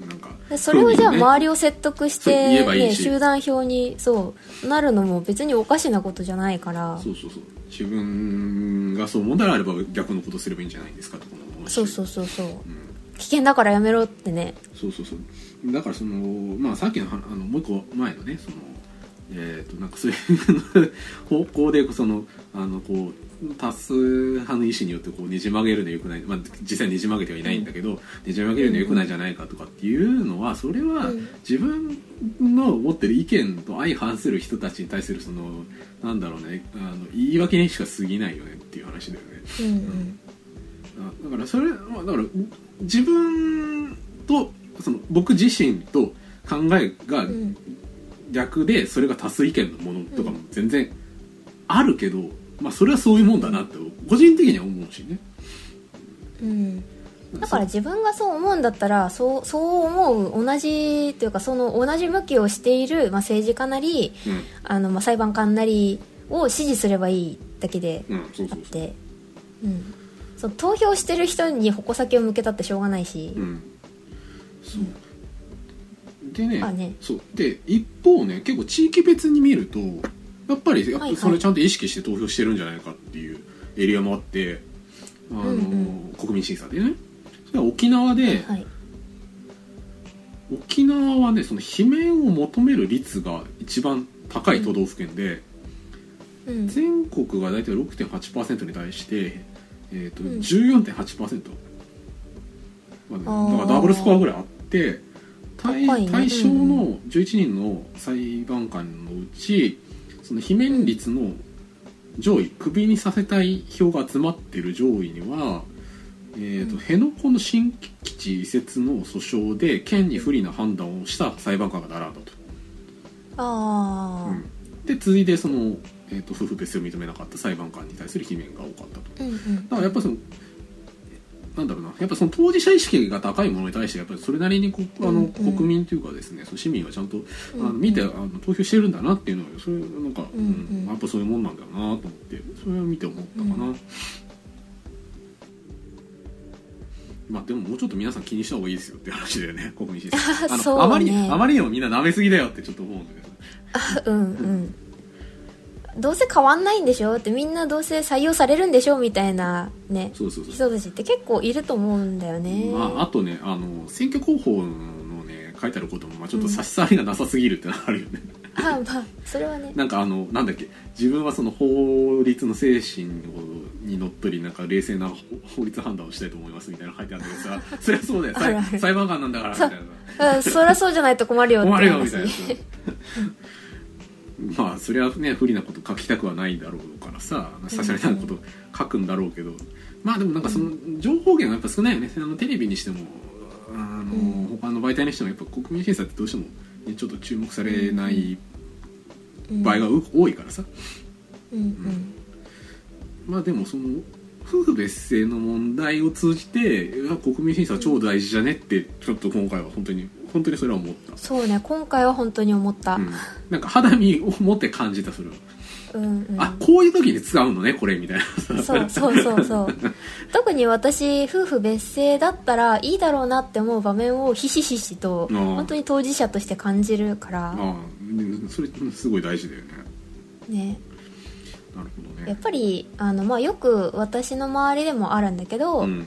S1: なんか
S2: でそれをじ
S1: 風
S2: ゃあ
S1: にね
S2: 周りを説得し
S1: そう言え
S2: て、
S1: ばいい
S2: ね、
S1: し
S2: 集団票にそうなるのも別におかしなことじゃないから
S1: そうそうそう自分がそう問題があれば逆のことすればいいんじゃないですかとかも思うし
S2: そうそうそうそう
S1: うん
S2: 危険だからやめろってね
S1: そうそうそうだからそのまあさっきのはあのもう一個前のねそのえっ、となんかそういう 方向でそのあのこう多数派の意思によってこうねじ曲げるのよくない、まあ、実際ねじ曲げてはいないんだけど、ねじ曲げるのよくないじゃないかとかっていうのはそれは
S2: うん
S1: 自分の持ってる意見と相反する人たちに対するそのなんだろうねあの言い訳にしか過ぎないよねっていう話だよね。
S2: うん
S1: あだからそれまあだから自分とその僕自身と考えが
S2: うんうん
S1: 逆でそれが多数意見のものとかも全然あるけど、まあそれはそういうもんだなって個人的には思うしね
S2: うんだから自分がそう思うんだったらそうそう思う同じというかその同じ向きをしている、まあ、政治家なり
S1: そう
S2: あの、まあ、裁判官なりを支持すればいいだけで
S1: うん、うん、そう
S2: あ
S1: そ
S2: っ
S1: うそう
S2: て、うん、そう投票してる人に矛先を向けたってしょうがないし、
S1: うんそうでね
S2: あね
S1: そうで一方ね結構地域別に見るとやっぱりやっぱ
S2: はいはい
S1: それちゃんと意識して投票してるんじゃないかっていうエリアもあってあの、
S2: うん
S1: 国民審査でねそれは沖縄で、
S2: はい
S1: 沖縄はねその罷免を求める率が一番高い都道府県で、
S2: うん
S1: 全国が大体6.8%に対して、えー、と
S2: うん
S1: 14.8%、まあね、だか
S2: あ
S1: ら
S2: ー
S1: ダブルスコアぐらいあって対,、
S2: 高いね
S1: 対象
S2: うん
S1: の11人の裁判官のうちその罷免率の上位クビにさせたい票が集まってる上位には、えーと
S2: うん
S1: 辺野古の新基地移設の訴訟で県に不利な判断をした裁判官が並んだと。
S2: ああ
S1: で続いてその、えー、と夫婦別姓を認めなかった裁判官に対する罷免が多かったとだ
S2: うんうん
S1: からやっぱそのなんだろうなやっぱその当事者意識が高いものに対してやっぱりそれなりにこあ
S2: うんう
S1: の
S2: ん
S1: 国民というかですねその市民はちゃんとあ
S2: うん
S1: の
S2: うん
S1: 見てあの投票してるんだなっていうのはそれなんか、う
S2: うんうん
S1: ん、やっぱそういうもんなんだよなと思ってそれを見て思ったかな、
S2: うん
S1: まあでももうちょっと皆さん気にした方がいいですよっていう話だよね国民審査 あの
S2: そうね
S1: あまりあまりにもみんな舐めすぎだよってちょっと思うんだけど
S2: あうんうんどうせ変わんないんでしょってみんなどうせ採用されるんでしょみたいなね
S1: そうそうそう
S2: 人たちって結構いると思うんだよね、
S1: まあ、あとねあの選挙広報のね書いてあることも、まあ、ちょっと差し障りがなさすぎるってのはあるよね、
S2: あまあそれはね
S1: なんかあのなんだっけ自分はその法律の精神をにのっとりなんか冷静な法法律判断をしたいと思いますみたいなの書いてあるんだけ どさそりゃそうだよ
S2: あるあ
S1: 裁
S2: る
S1: 裁判官なんだからみたいな
S2: うんそりゃそうじゃないと困るよって
S1: 困
S2: 話
S1: るよみたいな まあそりゃね不利なこと書きたくはないだろうからさ差し上げたいなこと書くんだろうけど、まあでもなんかその情報源がやっぱ少ないよねあのテレビにしてもあの、
S2: う
S1: 他の媒体にしてもやっぱ国民審査ってどうしても、ね、ちょっと注目されない場合がう多いからさ、
S2: うんうん
S1: まあでもその夫婦別姓の問題を通じていや国民審査超大事じゃねってちょっと今回は本当に本当にそれは思った。
S2: そうね今回は本当に思った、
S1: うん、なんか肌身を持って感じたそれは、
S2: うんうん
S1: あこういう時に使うのねこれみたいな
S2: そうそうそうそう特に私夫婦別姓だったらいいだろうなって思う場面をひしひしと
S1: あー
S2: 本当に当事者として感じるから
S1: ああねそれすごい大事だよね
S2: ね
S1: なるほど
S2: やっ
S1: ね
S2: ぱりあの、まあ、よく私の周りでもあるんだけど、
S1: うん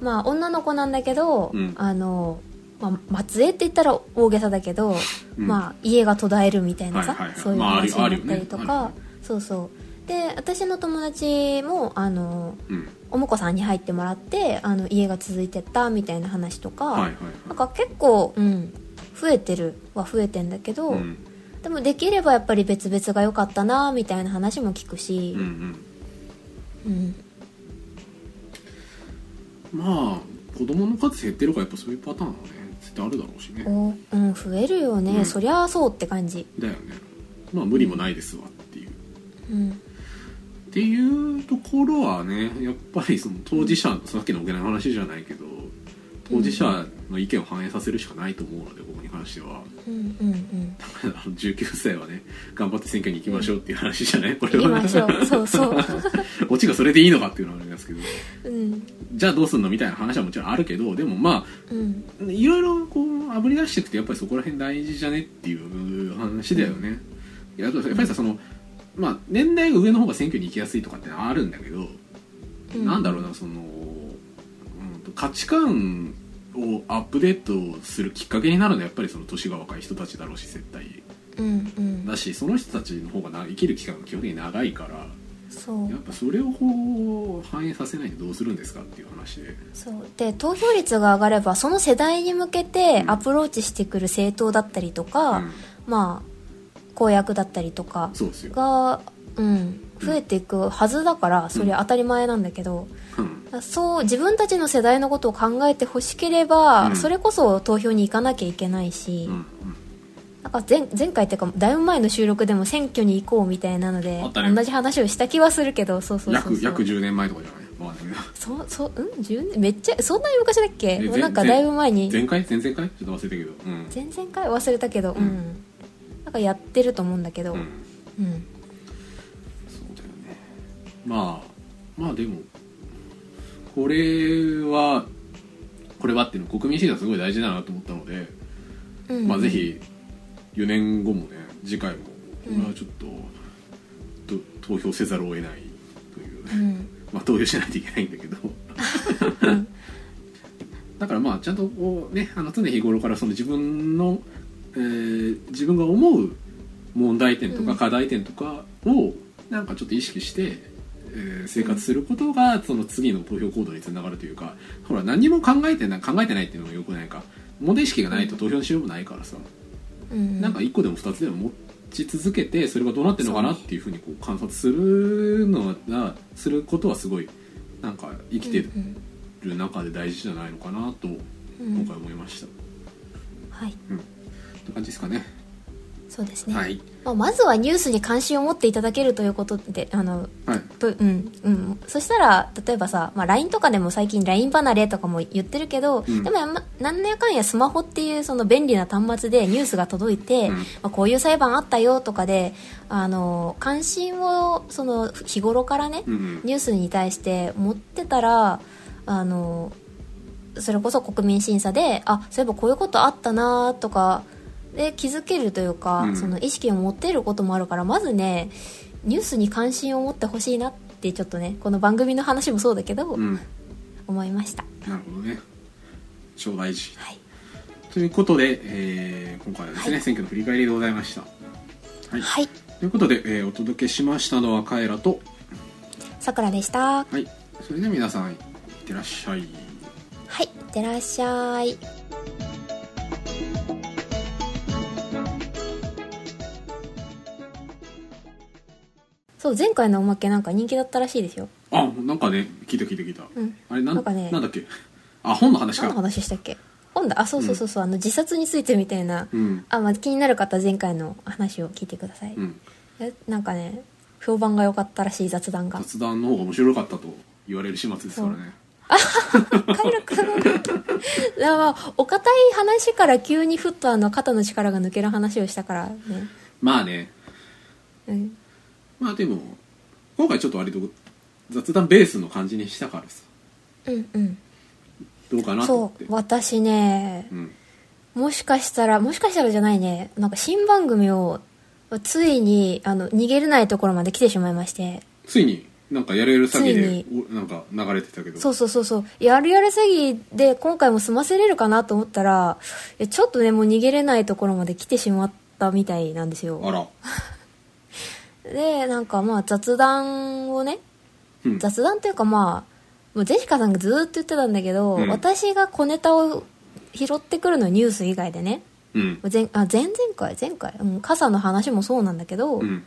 S2: まあ女の子なんだけど、
S1: うん
S2: あの、まあ、末裔って言ったら大げさだけど、
S1: うん
S2: まあ家が途絶えるみたいなさ、
S1: はいはいはい
S2: そういう
S1: まあある
S2: 話になったりと
S1: あるよね
S2: か、
S1: ある
S2: そうそうで私の友達もあの
S1: うん
S2: お婿さんに入ってもらってあの家が続いてったみたいな話とか、
S1: はいはい
S2: なんか結構、うん、増えてるは増えてんだけど、
S1: はいうん
S2: でもできればやっぱり別々が良かったなみたいな話も聞くし
S1: うんう、ん
S2: うん
S1: まあ子供の数減ってるからやっぱそういうパターンはね絶対あるだろうしね
S2: おうん、増えるよね、
S1: うん
S2: そりゃそうって感じ、
S1: だよねまあ無理もないですわっていう
S2: うん、
S1: っていうところはねやっぱりその当事者さっきの沖縄の話じゃないけど当事者の意見を反映させるしかないと思うのでここに関しては
S2: うんうんうん
S1: あの19歳はね頑張って選挙に行きましょうっていう話じゃないこれ
S2: 行き
S1: は
S2: ましょうそうそう、
S1: オチがそれでいいのかっていうのはありますけど
S2: うん
S1: じゃあどうすんのみたいな話はもちろんあるけどでもま
S2: うん、
S1: あいろいろこうあぶり出していくとやっぱりそこら辺大事じゃねっていう話だよね、いやあとやっぱりさそのまあ年代が上の方が選挙に行きやすいとかってのはあるんだけど、
S2: うん
S1: なんだろうなその、うんと、価値観をアップデートするきっかけになるのはやっぱりその年が若い人たちだろうし絶対
S2: うんうん
S1: だしその人たちの方がな生きる期間が基本的に長いから
S2: そう
S1: やっぱそれをこう反映させないでどうするんですかっていう話で
S2: そうで投票率が上がればその世代に向けて
S1: うん
S2: アプローチしてくる政党だったりとか、
S1: うん
S2: まあ公約だったりとか
S1: そうですよ、
S2: が、うん、増えていくはずだからそれ当たり前なんだけど、
S1: うん、
S2: そう自分たちの世代のことを考えてほしければ、
S1: うん
S2: それこそ投票に行かなきゃいけないし、
S1: うんうん
S2: なんか前前回っていうかだいぶ前の収録でも選挙に行こうみたいなので
S1: あったね
S2: 同じ話をした気はするけどそうそうそう
S1: 約
S2: そう
S1: 約10年前とかじゃないわかんない
S2: そそうん10年めっちゃそんなに昔だっけ
S1: え
S2: もう
S1: ぜ
S2: なんかだいぶ前
S1: けど
S2: に
S1: 前回前々回ちょっと忘れたけどうん、
S2: 前々回忘れたけどうん、
S1: うん
S2: なんかやってると思うんだけど、う
S1: うんん、そうだよねまあまあでもこれはこれはっていうの国民審査すごい大事だなと思ったので、
S2: うん
S1: まあぜひ4年後もね次回もこれはちょっと、と投票せざるを得ない という、
S2: うん
S1: まあ投票しないといけないんだけどだからまあちゃんとこうねあの常日頃からその自分の、えー自分が思う問題点と
S2: う
S1: か
S2: ん
S1: 課題点とかをなんかちょっと意識して、えー生活することがその次の投票行動につながるというかほら何も考えてない考えてないっていうのもよくないか問題意識がないと投票のしようもないからさ、
S2: うん
S1: なんか1個でも2つでも持ち続けてそれがどうなってるのかなっていうふうにこう観察するのがすることはすごいなんか生きてる
S2: うん
S1: る中で大事じゃないのかなと
S2: うんう
S1: 今
S2: ん
S1: 回思いました、
S2: はい
S1: って感じですかね
S2: そうですね、
S1: はい
S2: まあ、まずはニュースに関心を持っていただけるということであの
S1: はい
S2: とうんうん、そしたら例えばさ、まあ、LINE とかでも最近 LINE 離れとかも言ってるけど、
S1: うん
S2: でもやんまなんやかんやスマホっていうその便利な端末でニュースが届いて、
S1: うん
S2: まあ、こういう裁判あったよとかであの関心をその日頃からね、
S1: うんうん
S2: ニュースに対して持ってたらあのそれこそ国民審査であそういえばこういうことあったなとかで気づけるというか、
S1: うん
S2: その意識を持っていることもあるからまずねニュースに関心を持ってほしいなってちょっとねこの番組の話もそうだけど、
S1: うん
S2: 思いました。
S1: なるほどね超大事
S2: はい
S1: ということで、えー今回はですね、
S2: はい
S1: 選挙の振り返りでございましたはい、
S2: はい
S1: ということで、えーお届けしましたのはカエラと
S2: さくらでした。は
S1: はいそれでは皆さんいってらっしゃい
S2: い、いってらっしゃい。そう前回のおまけなんか人気だったらしいですよ。
S1: あなんかね聞いた聞いた聞いた、
S2: うん
S1: あれなん
S2: なんかね
S1: なんだっけあ本の話
S2: 何の
S1: か
S2: 話したっけ？今度あそうそうそうそう、あの自殺についてみたいな。
S1: うん
S2: あまあ気になる方は前回の話を聞いてください。
S1: うん
S2: えなんかね評判が良かったらしい雑談が。
S1: 雑談の方が面白かったと言われる始末ですからね
S2: 快楽 いやまあお堅い話から急にふっとあの肩の力が抜ける話をしたからね、
S1: まあね
S2: うん、
S1: まあでも今回ちょっと割と雑談ベースの感じにしたからさ
S2: うんうん
S1: どうかなと思
S2: そ
S1: って
S2: う私ね
S1: うん
S2: もしかしたらもしかしたらじゃないねなんか新番組をついにあの逃げれないところまで来てしまいまして
S1: ついになんかやれる詐欺
S2: つい
S1: でおなんか流れてたけど
S2: そうそうそうそうやるやる詐欺で今回も済ませれるかなと思ったらいやちょっとねもう逃げれないところまで来てしまったみたいなんですよ
S1: あら、
S2: でなんかまあ雑談をね
S1: うん、
S2: 雑談というかまあもうジェシカさんがずーっと言ってたんだけど、
S1: うん
S2: 私が小ネタを拾ってくるのニュース以外でね
S1: うん
S2: 前あ前々回前回、うん、傘の話もそうなんだけど、
S1: うん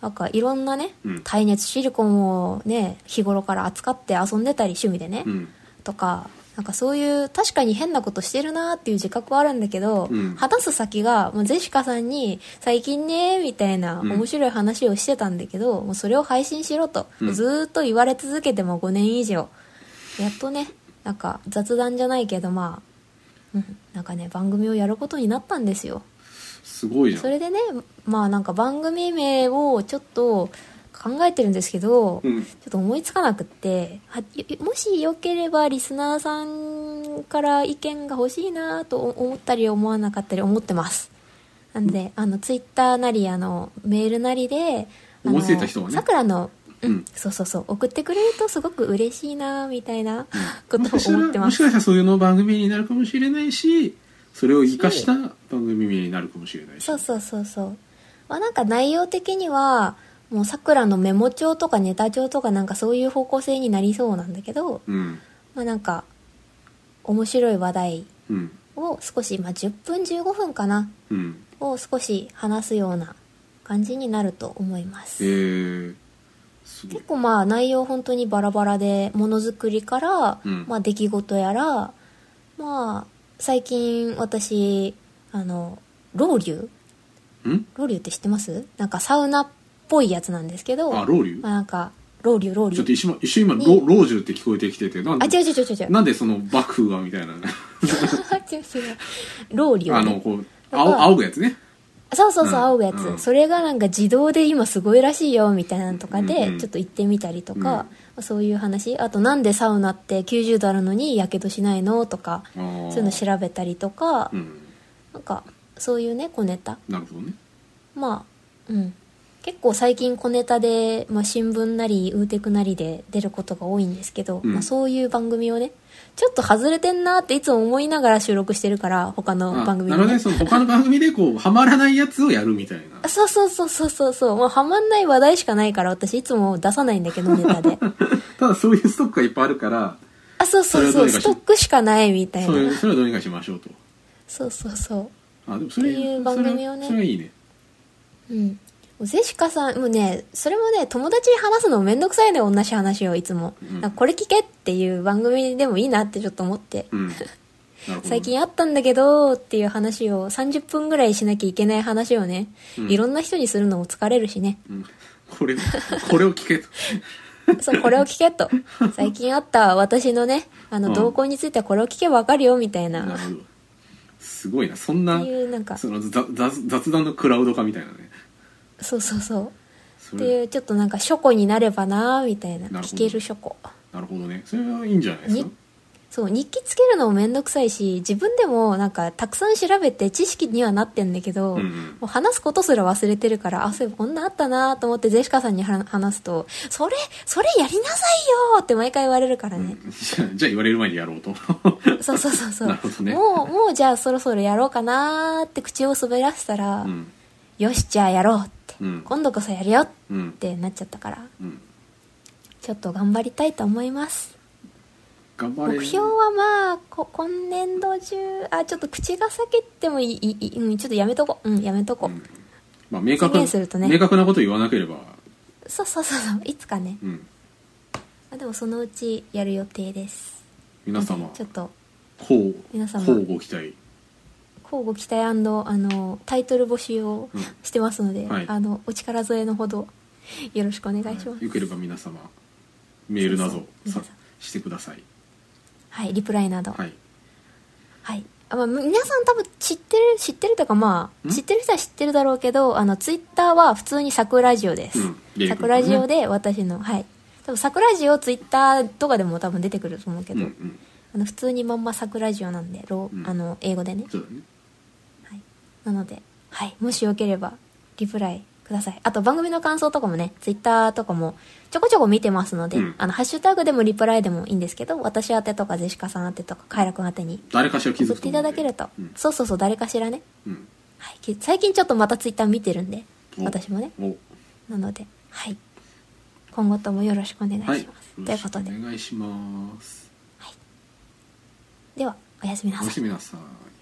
S2: なんかいろんなね、
S1: うん
S2: 耐熱シリコンをね日頃から扱って遊んでたり趣味でね、
S1: うん
S2: とかなんかそういう確かに変なことしてるなっていう自覚はあるんだけど、
S1: うん
S2: 話す先がもうゼシカさんに「最近ね」みたいな
S1: うん
S2: 面白い話をしてたんだけど、もうそれを配信しろと、
S1: うん
S2: ずーっと言われ続けても5年以上やっとねなんか雑談じゃないけどまあ、うん、なんかね番組をやることになったんですよ。
S1: すごいじゃん
S2: それでねまあなんか番組名をちょっと考えてるんですけど、
S1: うん
S2: ちょっと思いつかなくってはよもしよければリスナーさんから意見が欲しいなと思ったり思わなかったり思ってますなんであのツイッターなりあのメールなりであの
S1: 思いついた人はね
S2: さくらのうん、
S1: うん
S2: そうそうそう送ってくれるとすごく嬉しいなみたいなこ
S1: もし
S2: と
S1: か
S2: を
S1: した
S2: 思って
S1: らも
S2: ま
S1: し
S2: す
S1: かしたらそういうの番組になるかもしれないしそれを生かした番組になるかもしれないし
S2: そうそうそうそうまあなんか内容的にはもうさくらのメモ帳とかネタ帳とかなんかそういう方向性になりそうなんだけど、
S1: うん
S2: まあ、なんか面白い話題
S1: うん
S2: を少し、まあ、10分15分かな
S1: うん
S2: を少し話すような感じになると思いま
S1: え
S2: す
S1: ー、すごい
S2: 結構まあ内容本当にバラバラでものづくりから、
S1: うん
S2: まあ、出来事やらまあ最近私あのロウリュ
S1: ん
S2: ロウリュって知ってますなんかサウナっぽいやつなんですけど
S1: あロウリュ
S2: まあ、なんかロウリュロウリ
S1: ちょっと
S2: ュ
S1: 一瞬一瞬今ロ「老中」って聞こえてきててなん
S2: あ
S1: で
S2: 違う違う違う違う
S1: なんでその幕府がみたいな
S2: 違う違うロウリュ、ね、
S1: あのこう
S2: なん
S1: 青
S2: か
S1: 青ぐやつね
S2: そうそうそう、
S1: うん
S2: 仰ぐやつ、
S1: うん
S2: それがなんか自動で今すごいらしいよみたいなのとか
S1: うんう
S2: で
S1: ん
S2: ちょっと行ってみたりと
S1: うん
S2: か、そういう話あとなんでサウナって90度あるのにやけどしないのとか
S1: あー
S2: そういうの調べたりとか、
S1: うん
S2: なんかそういうね小ネタ
S1: なるほどね
S2: まあうん結構最近小ネタで、まあ、新聞なりウーテクなりで出ることが多いんですけど、
S1: うん
S2: まあ、そういう番組をねちょっと外れてんなっていつも思いながら収録してるから他の
S1: あ
S2: 番組
S1: な
S2: も
S1: るほど
S2: ね
S1: ねその他の番組でこうハマらないやつをやるみたいな
S2: あそうそうそうそうそうそうもうハマんない話題しかないから私いつも出さないんだけど ネタで
S1: ただそういうストックがいっぱいあるから
S2: あそうそう
S1: それ
S2: そ
S1: はどう
S2: う
S1: にか
S2: ス
S1: し
S2: トックしかないみたい
S1: それ
S2: な
S1: それはどうにかしましょうと
S2: そうそうそ
S1: あでもそれ
S2: っていう番組をね
S1: それはいいね
S2: ううんゼシカさんもうねそれもね友達に話すのめんどくさいのよ同じ話をいつも、
S1: うん
S2: なんかこれ聞けっていう番組でもいいなってちょっと思って、
S1: うんなるほどね
S2: 最近あったんだけどっていう話を30分ぐらいしなきゃいけない話をね、
S1: うん
S2: いろんな人にするのも疲れるしね
S1: うんこれこれを聞けと
S2: そうこれを聞 けと最近あった私のねあ
S1: う
S2: の
S1: ん
S2: 動向についてはこれを聞けばわかるよみたいな
S1: なるほどすごいなそん
S2: っ
S1: な
S2: ていうなんか
S1: その雑雑雑談のクラウド化みたいなね
S2: そうそうそう
S1: そ
S2: っていうちょっとなんか書庫になればなみたいな
S1: なるほど
S2: 聞ける書庫
S1: なるほどねそれはいいんじゃないですか
S2: にそう日記つけるのもめんどくさいし自分でもなんかたくさん調べて知識にはなってんだけど、
S1: うんうん
S2: もう話すことすら忘れてるからあそういえばこんなあったなと思ってゼシカさんには話すと「それそれやりなさいよ!」って毎回言われるからね、
S1: じゃあじゃあ言われる前にやろう と
S2: そうそうそうそう
S1: なるほどね
S2: もうもうじゃあそろそろやろうかなーって口を滑らせたら
S1: う
S2: 「
S1: ん
S2: よしじゃあやろう」って、
S1: うん
S2: 今度こそやるよ」っ
S1: うん
S2: てなっちゃったから
S1: うん
S2: ちょっと頑張りたいと思います
S1: 頑張れ
S2: 目標はまあこ今年度中あちょっと口が裂けてもいいいい、うん、ちょっとやめとこううんやめとこう、
S1: うんまあ明確
S2: 宣言するとね
S1: 明確なこと言わなければ
S2: そうそうそうそう いつかね、
S1: うん
S2: まあ、でもそのうちやる予定です
S1: 皆様
S2: ちょっと
S1: こう
S2: 皆様
S1: こうご期待
S2: 交互期待あのタイトル募集を
S1: うん
S2: してますので、
S1: はい
S2: あのお力添えのほどよろしくお願いします、
S1: よければ皆様メールな
S2: そ
S1: ど
S2: うそ
S1: さ
S2: う皆様
S1: してください
S2: はいリプライなどは、
S1: はいい
S2: あまあ、皆さん多分知ってる知ってるというかまあ
S1: ん
S2: 知ってる人は知ってるだろうけどあのツイッターは普通に「さくラジオ」です
S1: うん出てくるね
S2: 「さくラジオ」で私のはい多分「さくラジオ」ツイッターとかでも多分出てくると思うけ
S1: うん
S2: ど、
S1: うん
S2: あの普通にまんま「さくラジオ」なんで、ろう
S1: うん
S2: あの英語でね
S1: そうだね
S2: はい、なので、はい、もしよければリプライくださいあと番組の感想とかもねツイッターとかもちょこちょこ見てますので、
S1: うん
S2: あのハッシュタグでもリプライでもいいんですけど私宛てとかジェシカさん宛てとかカイラ君宛てに
S1: 誰かしら気づ
S2: 送っ
S1: くと
S2: てい
S1: 思う
S2: た
S1: んで
S2: だけると、
S1: うん
S2: そうそうそう誰かしらね、
S1: うん
S2: はい、き最近ちょっとまたツイッター見てるんで
S1: お
S2: 私もね
S1: お
S2: なのではい今後ともよろしくお願いします、
S1: はい
S2: ということで
S1: よろしくお願いします
S2: ではおやすみな
S1: お
S2: さ
S1: や
S2: い
S1: すみなさい